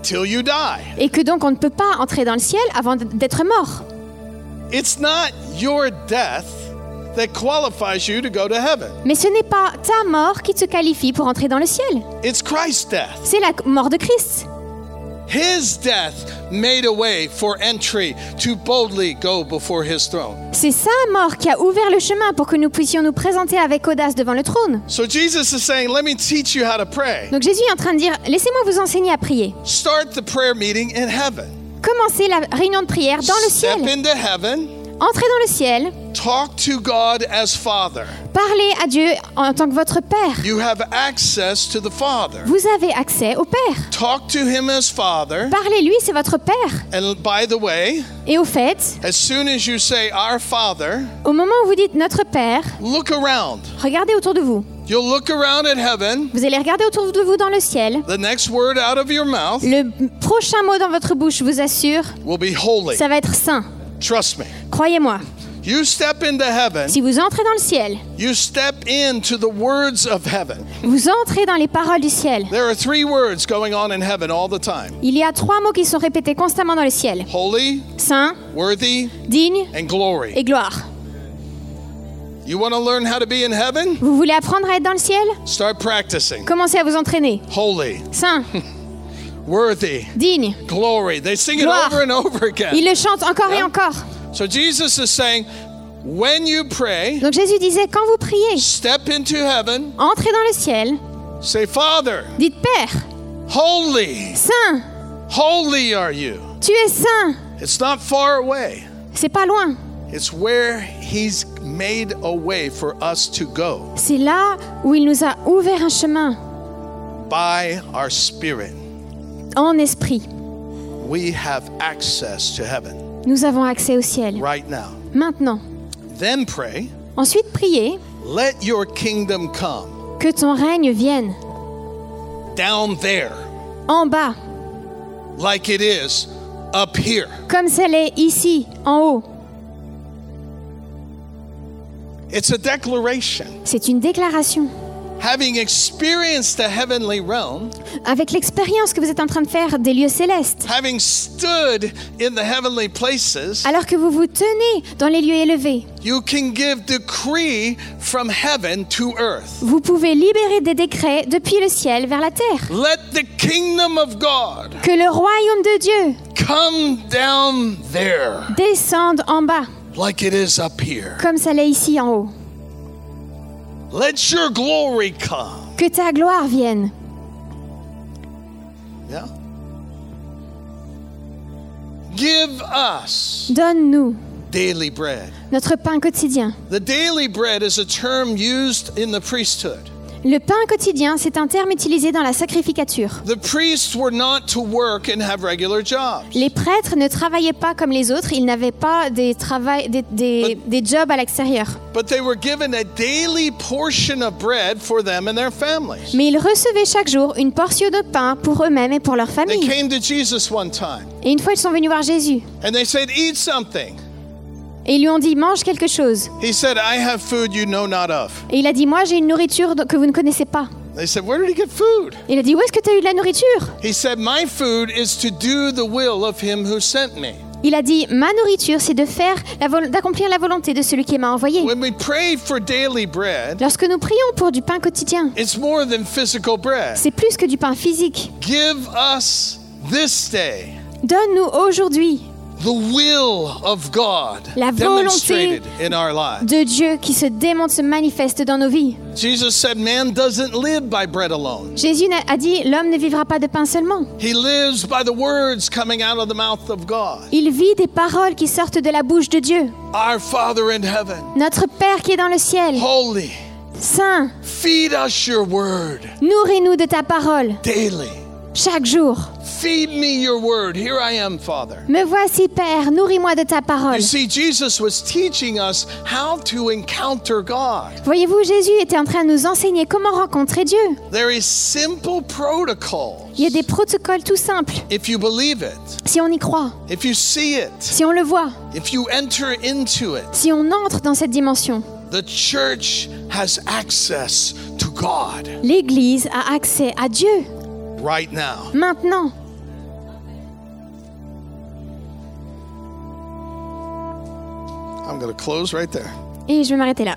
S1: till you die.
S2: Et que donc on ne peut pas entrer dans le ciel avant d'être mort.
S1: It's not your death that qualifies you to go to heaven.
S2: Mais ce n'est pas ta mort qui te qualifie pour entrer dans le ciel.
S1: It's Christ's death.
S2: C'est la mort de Christ.
S1: His death made a way for entry to boldly go before his throne.
S2: C'est sa mort qui a ouvert le chemin pour que nous puissions nous présenter avec audace devant le trône.
S1: So Jesus is saying, Let me teach you how to pray.
S2: Donc Jésus est en train de dire, laissez-moi vous enseigner à prier.
S1: Start the prayer meeting in heaven.
S2: Commencez la réunion de prière dans le
S1: Step
S2: ciel.
S1: into heaven.
S2: Entrez dans le ciel.
S1: Talk to God as Father.
S2: Parlez à Dieu en tant que votre Père.
S1: You have access to the Father.
S2: Vous avez accès au Père.
S1: Talk to Him as Father.
S2: Parlez-lui, c'est votre Père.
S1: And by the way,
S2: Et au fait,
S1: as soon as you say Our Father,
S2: au moment où vous dites notre Père,
S1: look around.
S2: regardez autour de vous.
S1: You'll look around at heaven.
S2: Vous allez regarder autour de vous dans le ciel.
S1: The next word out of your mouth
S2: Le prochain mot dans votre bouche, je vous assure,
S1: will be holy.
S2: ça va être saint.
S1: Trust me.
S2: Croyez-moi,
S1: You step into heaven,
S2: si vous entrez dans le ciel,
S1: you step into the words of heaven.
S2: vous entrez dans les paroles du ciel.
S1: There are three words going on in heaven all the time
S2: Il y a trois mots qui sont répétés constamment dans le ciel.
S1: holy,
S2: Saint,
S1: worthy,
S2: digne
S1: and glory.
S2: et gloire.
S1: You want to learn how to be in heaven?
S2: Vous voulez apprendre à être dans le ciel
S1: Start practicing.
S2: Commencez à vous entraîner.
S1: Holy,
S2: Saint,
S1: worthy,
S2: digne,
S1: glory. They sing it
S2: Gloire.
S1: over and over again.
S2: il le chante encore et encore.
S1: So Jesus is saying, when you pray,
S2: Donc Jésus disait, quand vous priez,
S1: step into heaven,
S2: entrez dans le ciel,
S1: say, Father,
S2: dites Père,
S1: holy,
S2: Saint,
S1: holy are you.
S2: tu es Saint,
S1: It's not far away.
S2: c'est pas loin,
S1: It's where he's made a way for us to go
S2: c'est là où il nous a ouvert un chemin
S1: by our spirit.
S2: en esprit.
S1: We have access to heaven
S2: Nous avons accès au ciel.
S1: right now.
S2: Maintenant,
S1: Then pray,
S2: ensuite priez
S1: let your kingdom come
S2: que ton règne vienne
S1: down there
S2: en bas,
S1: like it is up here.
S2: comme celle est ici, en haut.
S1: It's a declaration.
S2: C'est une déclaration.
S1: Having experienced the heavenly realm,
S2: Avec l'expérience que vous êtes en train de faire des lieux célestes,
S1: having stood in the heavenly places,
S2: alors que vous vous tenez dans les lieux élevés,
S1: you can give decree from heaven to earth.
S2: vous pouvez libérer des décrets depuis le ciel vers la terre.
S1: Let the kingdom of God
S2: Que le royaume de Dieu
S1: come down there
S2: descende en bas,
S1: like it is up here.
S2: comme ça l'est ici en haut.
S1: Let your glory come.
S2: Que ta gloire vienne.
S1: Yeah. Give us
S2: Donne-nous
S1: daily bread.
S2: notre pain quotidien.
S1: The daily bread is a term used in the priesthood.
S2: Le pain quotidien, c'est un terme utilisé dans la sacrificature.
S1: The priests were not to work and have regular jobs.
S2: Les prêtres ne travaillaient pas comme les autres, ils n'avaient pas des, travail- des, des- des jobs à l'extérieur.
S1: But they were given a daily portion of bread for them and their families.
S2: Mais ils recevaient chaque jour une portion de pain pour eux-mêmes et pour leur
S1: They
S2: famille.
S1: came to Jesus one time
S2: Et une fois, ils sont venus voir Jésus.
S1: and they said, Eat something.
S2: Et ils lui ont dit, mange quelque chose.
S1: He said, I have food you know not of.
S2: Et il a dit, moi, j'ai une nourriture que vous ne connaissez pas.
S1: They said, Where did he get food?
S2: Il a dit, où est-ce que tu as eu de la nourriture
S1: He said, My food is to do the will of him who sent me.
S2: Il a dit, ma nourriture, c'est de faire, la vol- d'accomplir la volonté de celui qui m'a envoyé.
S1: When we pray for daily bread,
S2: Lorsque nous prions pour du pain quotidien,
S1: it's more than physical bread.
S2: c'est plus que du pain physique.
S1: Give us this day
S2: Donne-nous aujourd'hui
S1: the will of God
S2: La volonté
S1: demonstrated in our lives.
S2: de Dieu qui se démonte, se manifeste dans nos vies.
S1: Jesus said, Man doesn't live by bread alone,
S2: Jésus n'a- a dit, l'homme ne vivra pas de pain seulement.
S1: he lives by the words coming out of the mouth of God.
S2: Il vit des paroles qui sortent de la bouche de Dieu.
S1: Our Father in heaven,
S2: Notre Père qui est dans le ciel,
S1: holy,
S2: Saint,
S1: feed us your word
S2: nourris-nous de ta parole
S1: daily.
S2: chaque jour.
S1: Feed me your word. Here I am, Father.
S2: Me voici, Père, nourris-moi de ta parole.
S1: You see, Jesus was teaching us how to encounter God.
S2: Voyez-vous, Jésus était en train de nous enseigner comment rencontrer Dieu.
S1: There is simple protocol
S2: Il y a des protocoles tout simples,
S1: if you believe it,
S2: si on y croit,
S1: if you see it,
S2: si on le voit,
S1: if you enter into it.
S2: si on entre dans cette dimension.
S1: The church has access to God
S2: L'Église a accès à Dieu
S1: right now.
S2: maintenant.
S1: I'm going to close right there.
S2: Et je vais m'arrêter là.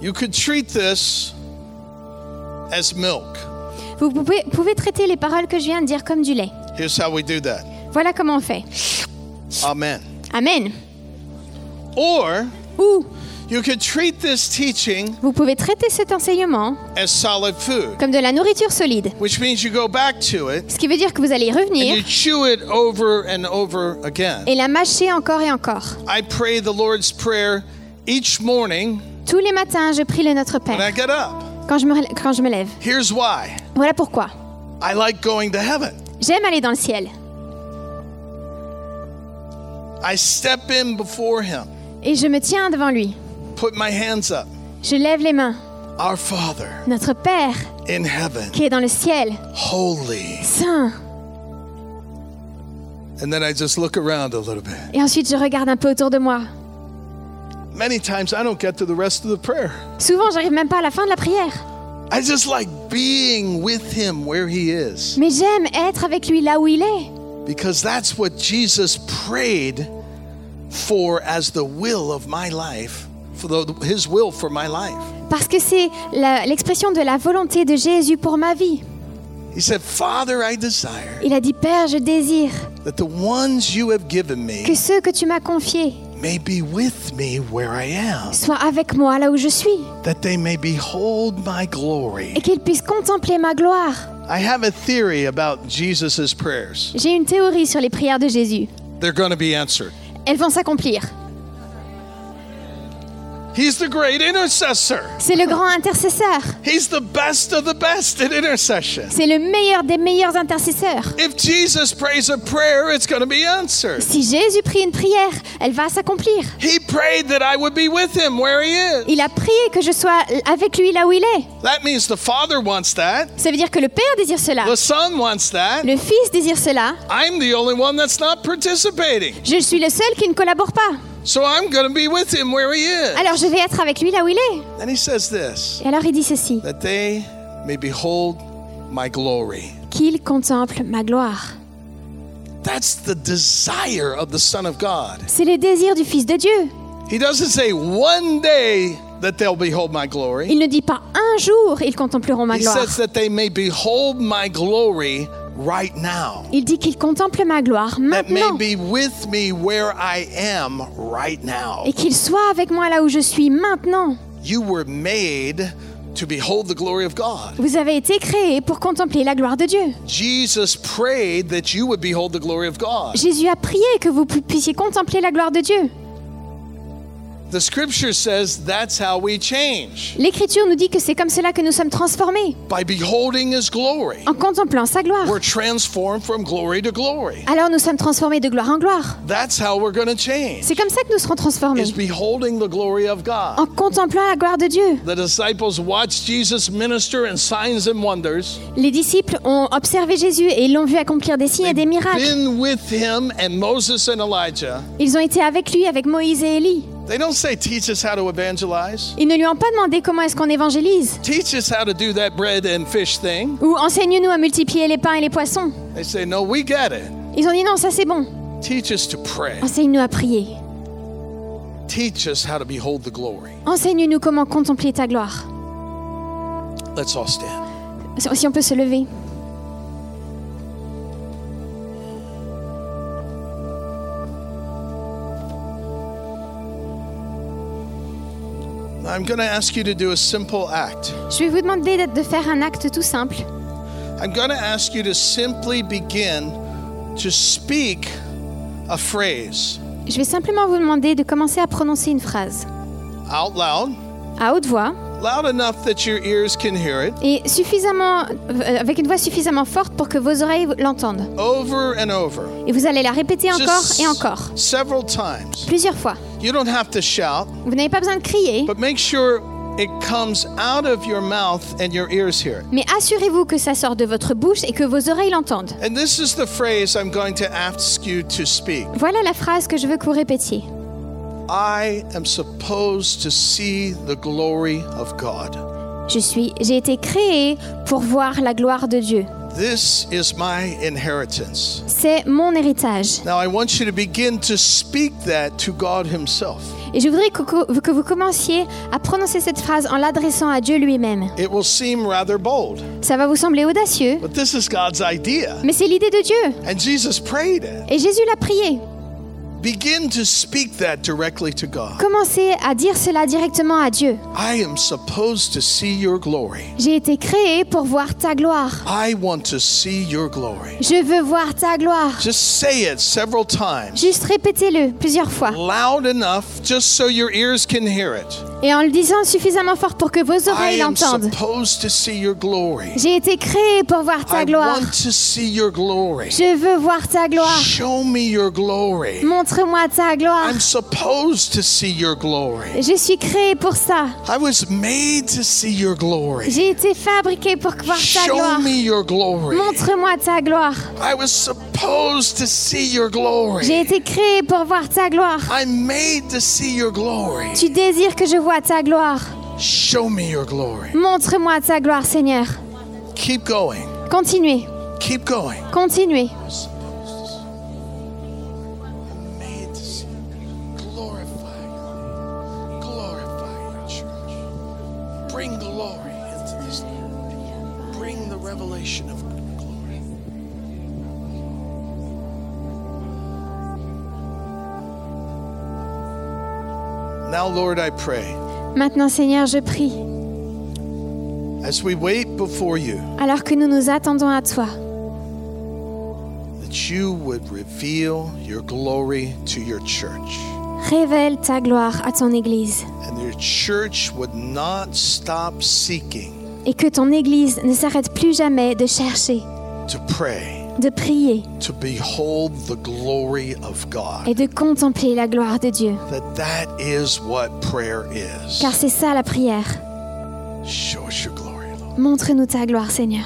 S1: You could treat this as milk.
S2: Vous pouvez, pouvez traiter les paroles que je viens de dire comme du lait.
S1: Here's how we do that.
S2: Voilà comment on fait.
S1: Amen.
S2: Amen.
S1: Or
S2: Ou
S1: you could treat this teaching
S2: vous pouvez traiter cet enseignement
S1: as solid food,
S2: comme de la nourriture solide,
S1: which means you go back to it
S2: ce qui veut dire que vous allez y
S1: and you
S2: revenir
S1: chew it over and over again.
S2: et la mâcher encore et encore.
S1: I pray the Lord's Prayer each morning
S2: Tous les matins, je prie le Notre
S1: when I
S2: Père
S1: get up.
S2: quand je me, relè- quand je me lève.
S1: Here's why
S2: Voilà pourquoi.
S1: I like going to heaven.
S2: J'aime aller dans le ciel
S1: I step in before Him,
S2: et je me tiens devant lui.
S1: put my hands up.
S2: Je lève les mains.
S1: Our Father
S2: Notre Père
S1: in heaven,
S2: qui est dans le ciel,
S1: holy.
S2: saint.
S1: And then I just look around a little bit.
S2: Et ensuite, je regarde un peu autour de moi.
S1: Many times I don't get to the rest of the prayer.
S2: Souvent, j'arrive même pas à la fin de la prière.
S1: I just like being with Him where He is
S2: Mais j'aime être avec lui là où il est.
S1: because that's what Jesus prayed for as the will of my life, for the, his will for my life.
S2: Parce que c'est la- l'expression de la volonté de Jésus pour ma vie.
S1: He said, Father, I desire
S2: Il a dit, Père, je désire
S1: that the ones you have given
S2: que
S1: me
S2: ceux que tu m'as confiés
S1: may be with me where I am,
S2: soient avec moi là où je suis
S1: that they may behold my glory.
S2: et qu'ils puissent contempler ma gloire.
S1: I have a theory about Jesus' prayers.
S2: J'ai une théorie sur les prières de Jésus.
S1: They're going to be answered.
S2: Elles vont s'accomplir.
S1: He's the great intercessor.
S2: C'est le grand intercesseur.
S1: He's the best of the best in intercession.
S2: C'est le meilleur des meilleurs intercesseurs.
S1: If Jesus prays a prayer, it's going to be answered.
S2: Si Jésus prie une prière, elle va s'accomplir.
S1: He prayed that I would be with him where he is.
S2: Il a prié que je sois avec lui là où il est.
S1: That means the Father wants that,
S2: Ça veut dire que le Père désire cela.
S1: the Son wants that.
S2: Le Fils désire cela.
S1: I'm the only one that's not participating.
S2: Je suis le seul qui ne collabore pas.
S1: So I'm going to be with him where he is.
S2: Alors je vais être avec lui là où il est.
S1: And he says this
S2: Et alors il dit ceci,
S1: that they may behold my glory.
S2: qu'il contemple ma gloire.
S1: That's the desire of the Son of God.
S2: C'est le désir du Fils de Dieu.
S1: He doesn't say one day that they'll behold my glory.
S2: Il ne dit pas un jour ils contempleront ma
S1: He
S2: gloire.
S1: says that they may behold my glory right now.
S2: Il dit qu'ils contemplent ma gloire
S1: That may
S2: maintenant
S1: be with me where I am right now.
S2: et qu'ils soient avec moi là où je suis maintenant.
S1: You were made to behold the glory of God.
S2: Vous avez été créés pour contempler la gloire de Dieu.
S1: Jesus prayed that you would behold the glory of God.
S2: Jésus a prié que vous pu- puissiez contempler la gloire de Dieu.
S1: The scripture says that's how we change
S2: L'Écriture nous dit que c'est comme cela que nous sommes transformés,
S1: by beholding his glory.
S2: en contemplant sa gloire.
S1: We're transformed from glory to glory.
S2: Alors nous sommes transformés de gloire en gloire.
S1: That's how we're going to change.
S2: C'est comme ça que nous serons
S1: Is
S2: transformés,
S1: beholding the glory of God.
S2: en contemplant la gloire de Dieu.
S1: The disciples watched Jesus minister and signs and wonders.
S2: Les disciples ont observé Jésus et ils l'ont vu accomplir des signes et des miracles.
S1: Been with him and Moses and Elijah.
S2: Ils ont été avec lui, avec Moïse et Élie.
S1: They don't say teach us how to evangelize.
S2: Ils ne lui ont pas demandé comment est-ce qu'on évangélise
S1: Teach us how to do that bread and fish thing.
S2: ou enseigne-nous à multiplier les pains et les poissons.
S1: They say no, we get it.
S2: Ils ont dit non, ça c'est bon.
S1: Teach us to pray.
S2: Enseigne-nous à prier.
S1: Teach us how to behold the glory.
S2: Enseigne-nous comment contempler ta gloire.
S1: Let's all stand.
S2: Si on peut se lever.
S1: I'm going to ask you to do a simple act.
S2: Je vais vous demander d'être- de faire un acte tout simple.
S1: I'm going to ask you to simply begin to speak a phrase
S2: Je vais simplement vous demander de commencer à prononcer une phrase
S1: out loud,
S2: à haute voix
S1: loud enough that your ears can hear it,
S2: et suffisamment euh, avec une voix suffisamment forte pour que vos oreilles l'entendent.
S1: over and over.
S2: Et vous allez la répéter encore
S1: Just
S2: et encore,
S1: Several times.
S2: plusieurs fois.
S1: You don't have to shout,
S2: Vous n'avez pas besoin de crier,
S1: but make sure it comes out of your mouth and your ears hear it.
S2: mais assurez-vous que ça sort de votre bouche et que vos oreilles l'entendent.
S1: And this is the phrase I'm going to ask you to speak.
S2: Voilà la phrase que je veux que vous répétiez.
S1: I am supposed to see the glory of God.
S2: Je suis, j'ai été créé pour voir la gloire de Dieu.
S1: This is my inheritance.
S2: C'est mon héritage.
S1: Now, I want you to begin to speak that to God Himself.
S2: Et je voudrais que- que- que vous commenciez à prononcer cette phrase en l'adressant à Dieu lui-même.
S1: It will seem rather bold,
S2: Ça va vous sembler audacieux,
S1: but this is God's idea.
S2: mais c'est l'idée de Dieu.
S1: And Jesus prayed it.
S2: Et Jésus l'a prié.
S1: Begin to speak that directly to God.
S2: Commencez à dire cela directement à Dieu.
S1: I am supposed to see your glory.
S2: J'ai été créé pour voir ta gloire.
S1: I want to see your glory.
S2: Je veux voir ta gloire.
S1: Just say it several times,
S2: Juste répétez-le plusieurs fois.
S1: loud enough, just so your ears can hear it.
S2: Et en le disant suffisamment fort pour que vos
S1: I
S2: oreilles
S1: am
S2: l'entendent.
S1: supposed to see your glory.
S2: J'ai été créé pour voir ta
S1: I
S2: gloire.
S1: want to see your glory.
S2: Je veux voir ta gloire.
S1: Show me your glory.
S2: Montre-moi ta gloire.
S1: I'm supposed to see your glory.
S2: Je suis créé pour ça.
S1: I was made to see your glory.
S2: J'ai été fabriqué pour voir ta
S1: Show
S2: gloire.
S1: me your glory.
S2: Montre-moi ta gloire.
S1: I was supposed to see your
S2: J'ai
S1: glory.
S2: été créé pour voir ta gloire.
S1: I'm made to see your glory.
S2: Tu désires que je voie ta gloire.
S1: Show me your glory.
S2: Montre-moi ta gloire, Seigneur.
S1: Keep going.
S2: Continuez,
S1: Keep going. I'm
S2: continuez.
S1: made to see your glory. Bring glory into this. Lord. Bring the revelation of glory. Now, Lord, I pray,
S2: Maintenant, Seigneur, je prie,
S1: as we wait before you,
S2: alors que nous nous attendons à toi,
S1: that you would reveal your glory to your church.
S2: révèle ta gloire à ton Église
S1: And your church would not stop seeking
S2: et que ton Église ne s'arrête plus jamais de chercher,
S1: to pray,
S2: de prier
S1: to behold the glory of God.
S2: et de contempler la gloire de Dieu.
S1: That that is what prayer is.
S2: Car c'est ça la prière.
S1: Show us your glory, Lord.
S2: Montre-nous ta gloire, Seigneur.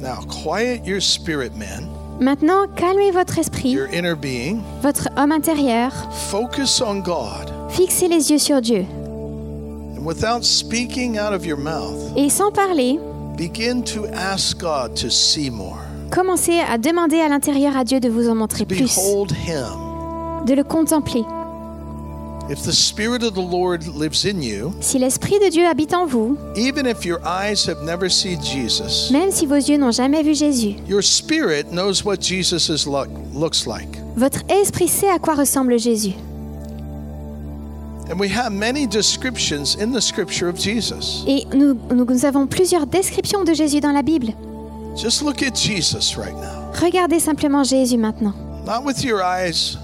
S1: Now, quiet your spirit, man,
S2: Maintenant, calmez votre esprit,
S1: your inner being.
S2: votre homme intérieur,
S1: Focus on God.
S2: fixez les yeux sur Dieu
S1: And without speaking out of your mouth,
S2: et sans parler,
S1: begin to ask God to see more,
S2: commencez à demander à l'intérieur à Dieu de vous en montrer plus,
S1: behold Him.
S2: de le contempler.
S1: If the Spirit of the Lord lives in you,
S2: Si l'Esprit de Dieu habite en vous,
S1: even if your eyes have never seen Jesus,
S2: même si vos yeux n'ont jamais vu Jésus,
S1: your spirit knows what Jesus is lo- looks like.
S2: votre esprit sait à quoi ressemble Jésus.
S1: And we have many descriptions in the scripture of Jesus.
S2: Et nous, nous- nous avons plusieurs descriptions de Jésus dans la Bible.
S1: Just look at Jesus right now,
S2: Regardez simplement Jésus maintenant.
S1: not with your eyes,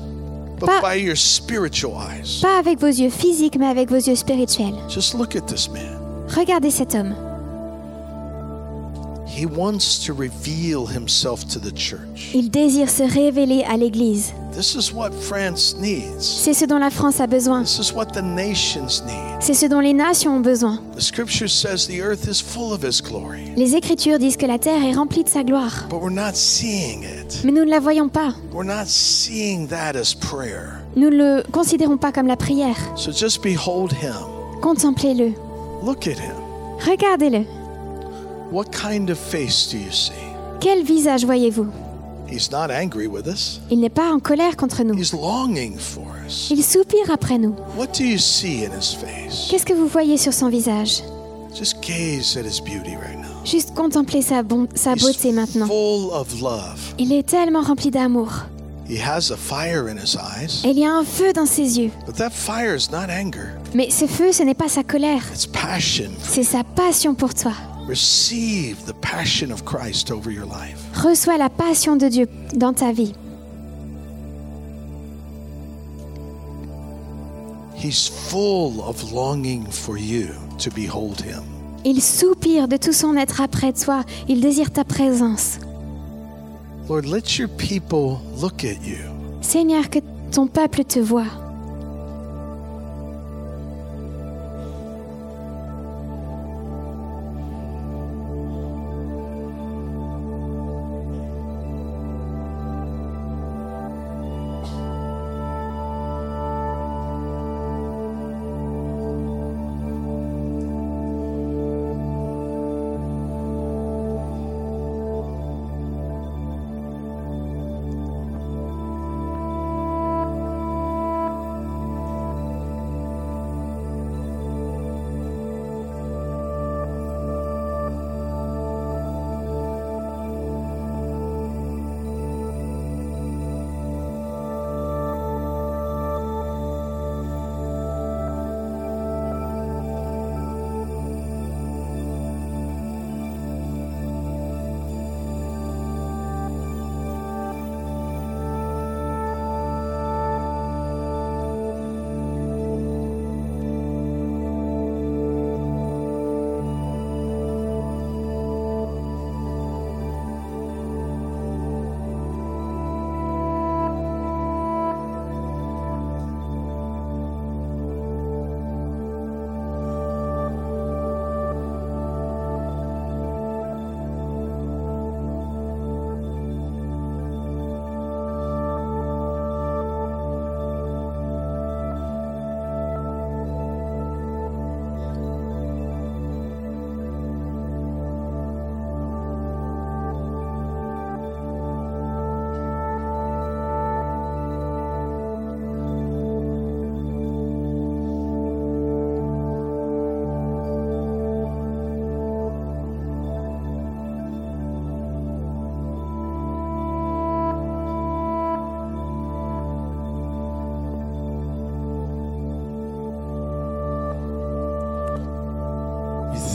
S1: but
S2: Pa-
S1: by your spiritual eyes.
S2: Pas avec vos yeux physiques, mais avec vos yeux spirituels.
S1: Just look at this man.
S2: Regardez cet homme.
S1: He wants to reveal himself to the church.
S2: Il désire se révéler à l'Église.
S1: This is what France needs.
S2: C'est ce dont la France a besoin.
S1: This is what the nations need.
S2: C'est ce dont les nations ont besoin.
S1: The scripture says the earth is full of his glory,
S2: Les Écritures disent que la terre est remplie de sa gloire.
S1: but we're not seeing it.
S2: Mais nous ne la voyons pas.
S1: We're not seeing that as prayer.
S2: Nous ne le considérons pas comme la prière.
S1: So just behold him.
S2: Contemplez-le.
S1: Look at him.
S2: Regardez-le.
S1: What kind of face do you see?
S2: Quel visage voyez-vous
S1: He's not angry with us.
S2: Il n'est pas en colère contre nous.
S1: He's longing for us.
S2: Il soupire après nous.
S1: What do you see in his face?
S2: Qu'est-ce que vous voyez sur son visage
S1: Just gaze at his beauty right now.
S2: Juste contemplez sa, bon- sa beauté maintenant.
S1: full of love.
S2: Il est tellement rempli d'amour.
S1: He has a fire in his eyes,
S2: Et Il y a un feu dans ses yeux.
S1: but that fire is not anger.
S2: Mais ce feu, ce n'est pas sa colère.
S1: It's passion.
S2: C'est sa passion pour toi.
S1: Receive the passion of Christ over your life.
S2: Reçois la passion de Dieu dans ta vie.
S1: He's full of longing for you to behold him.
S2: Il soupire de tout son être après toi. Il désire ta présence.
S1: Lord, let your people look at you.
S2: Seigneur, que ton peuple te voie.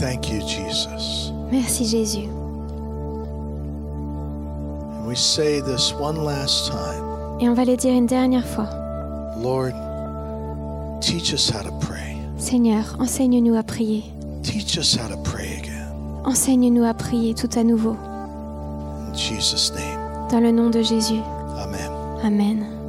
S1: Thank you, Jesus.
S2: Merci Jésus.
S1: And we say this one last time
S2: Et on va le dire une dernière fois.
S1: Lord, teach us how to pray.
S2: Seigneur, enseigne-nous à prier.
S1: Teach us how to pray again.
S2: Enseigne-nous à prier tout à nouveau.
S1: In Jesus' name,
S2: Dans le nom de Jésus.
S1: amen.
S2: Amen.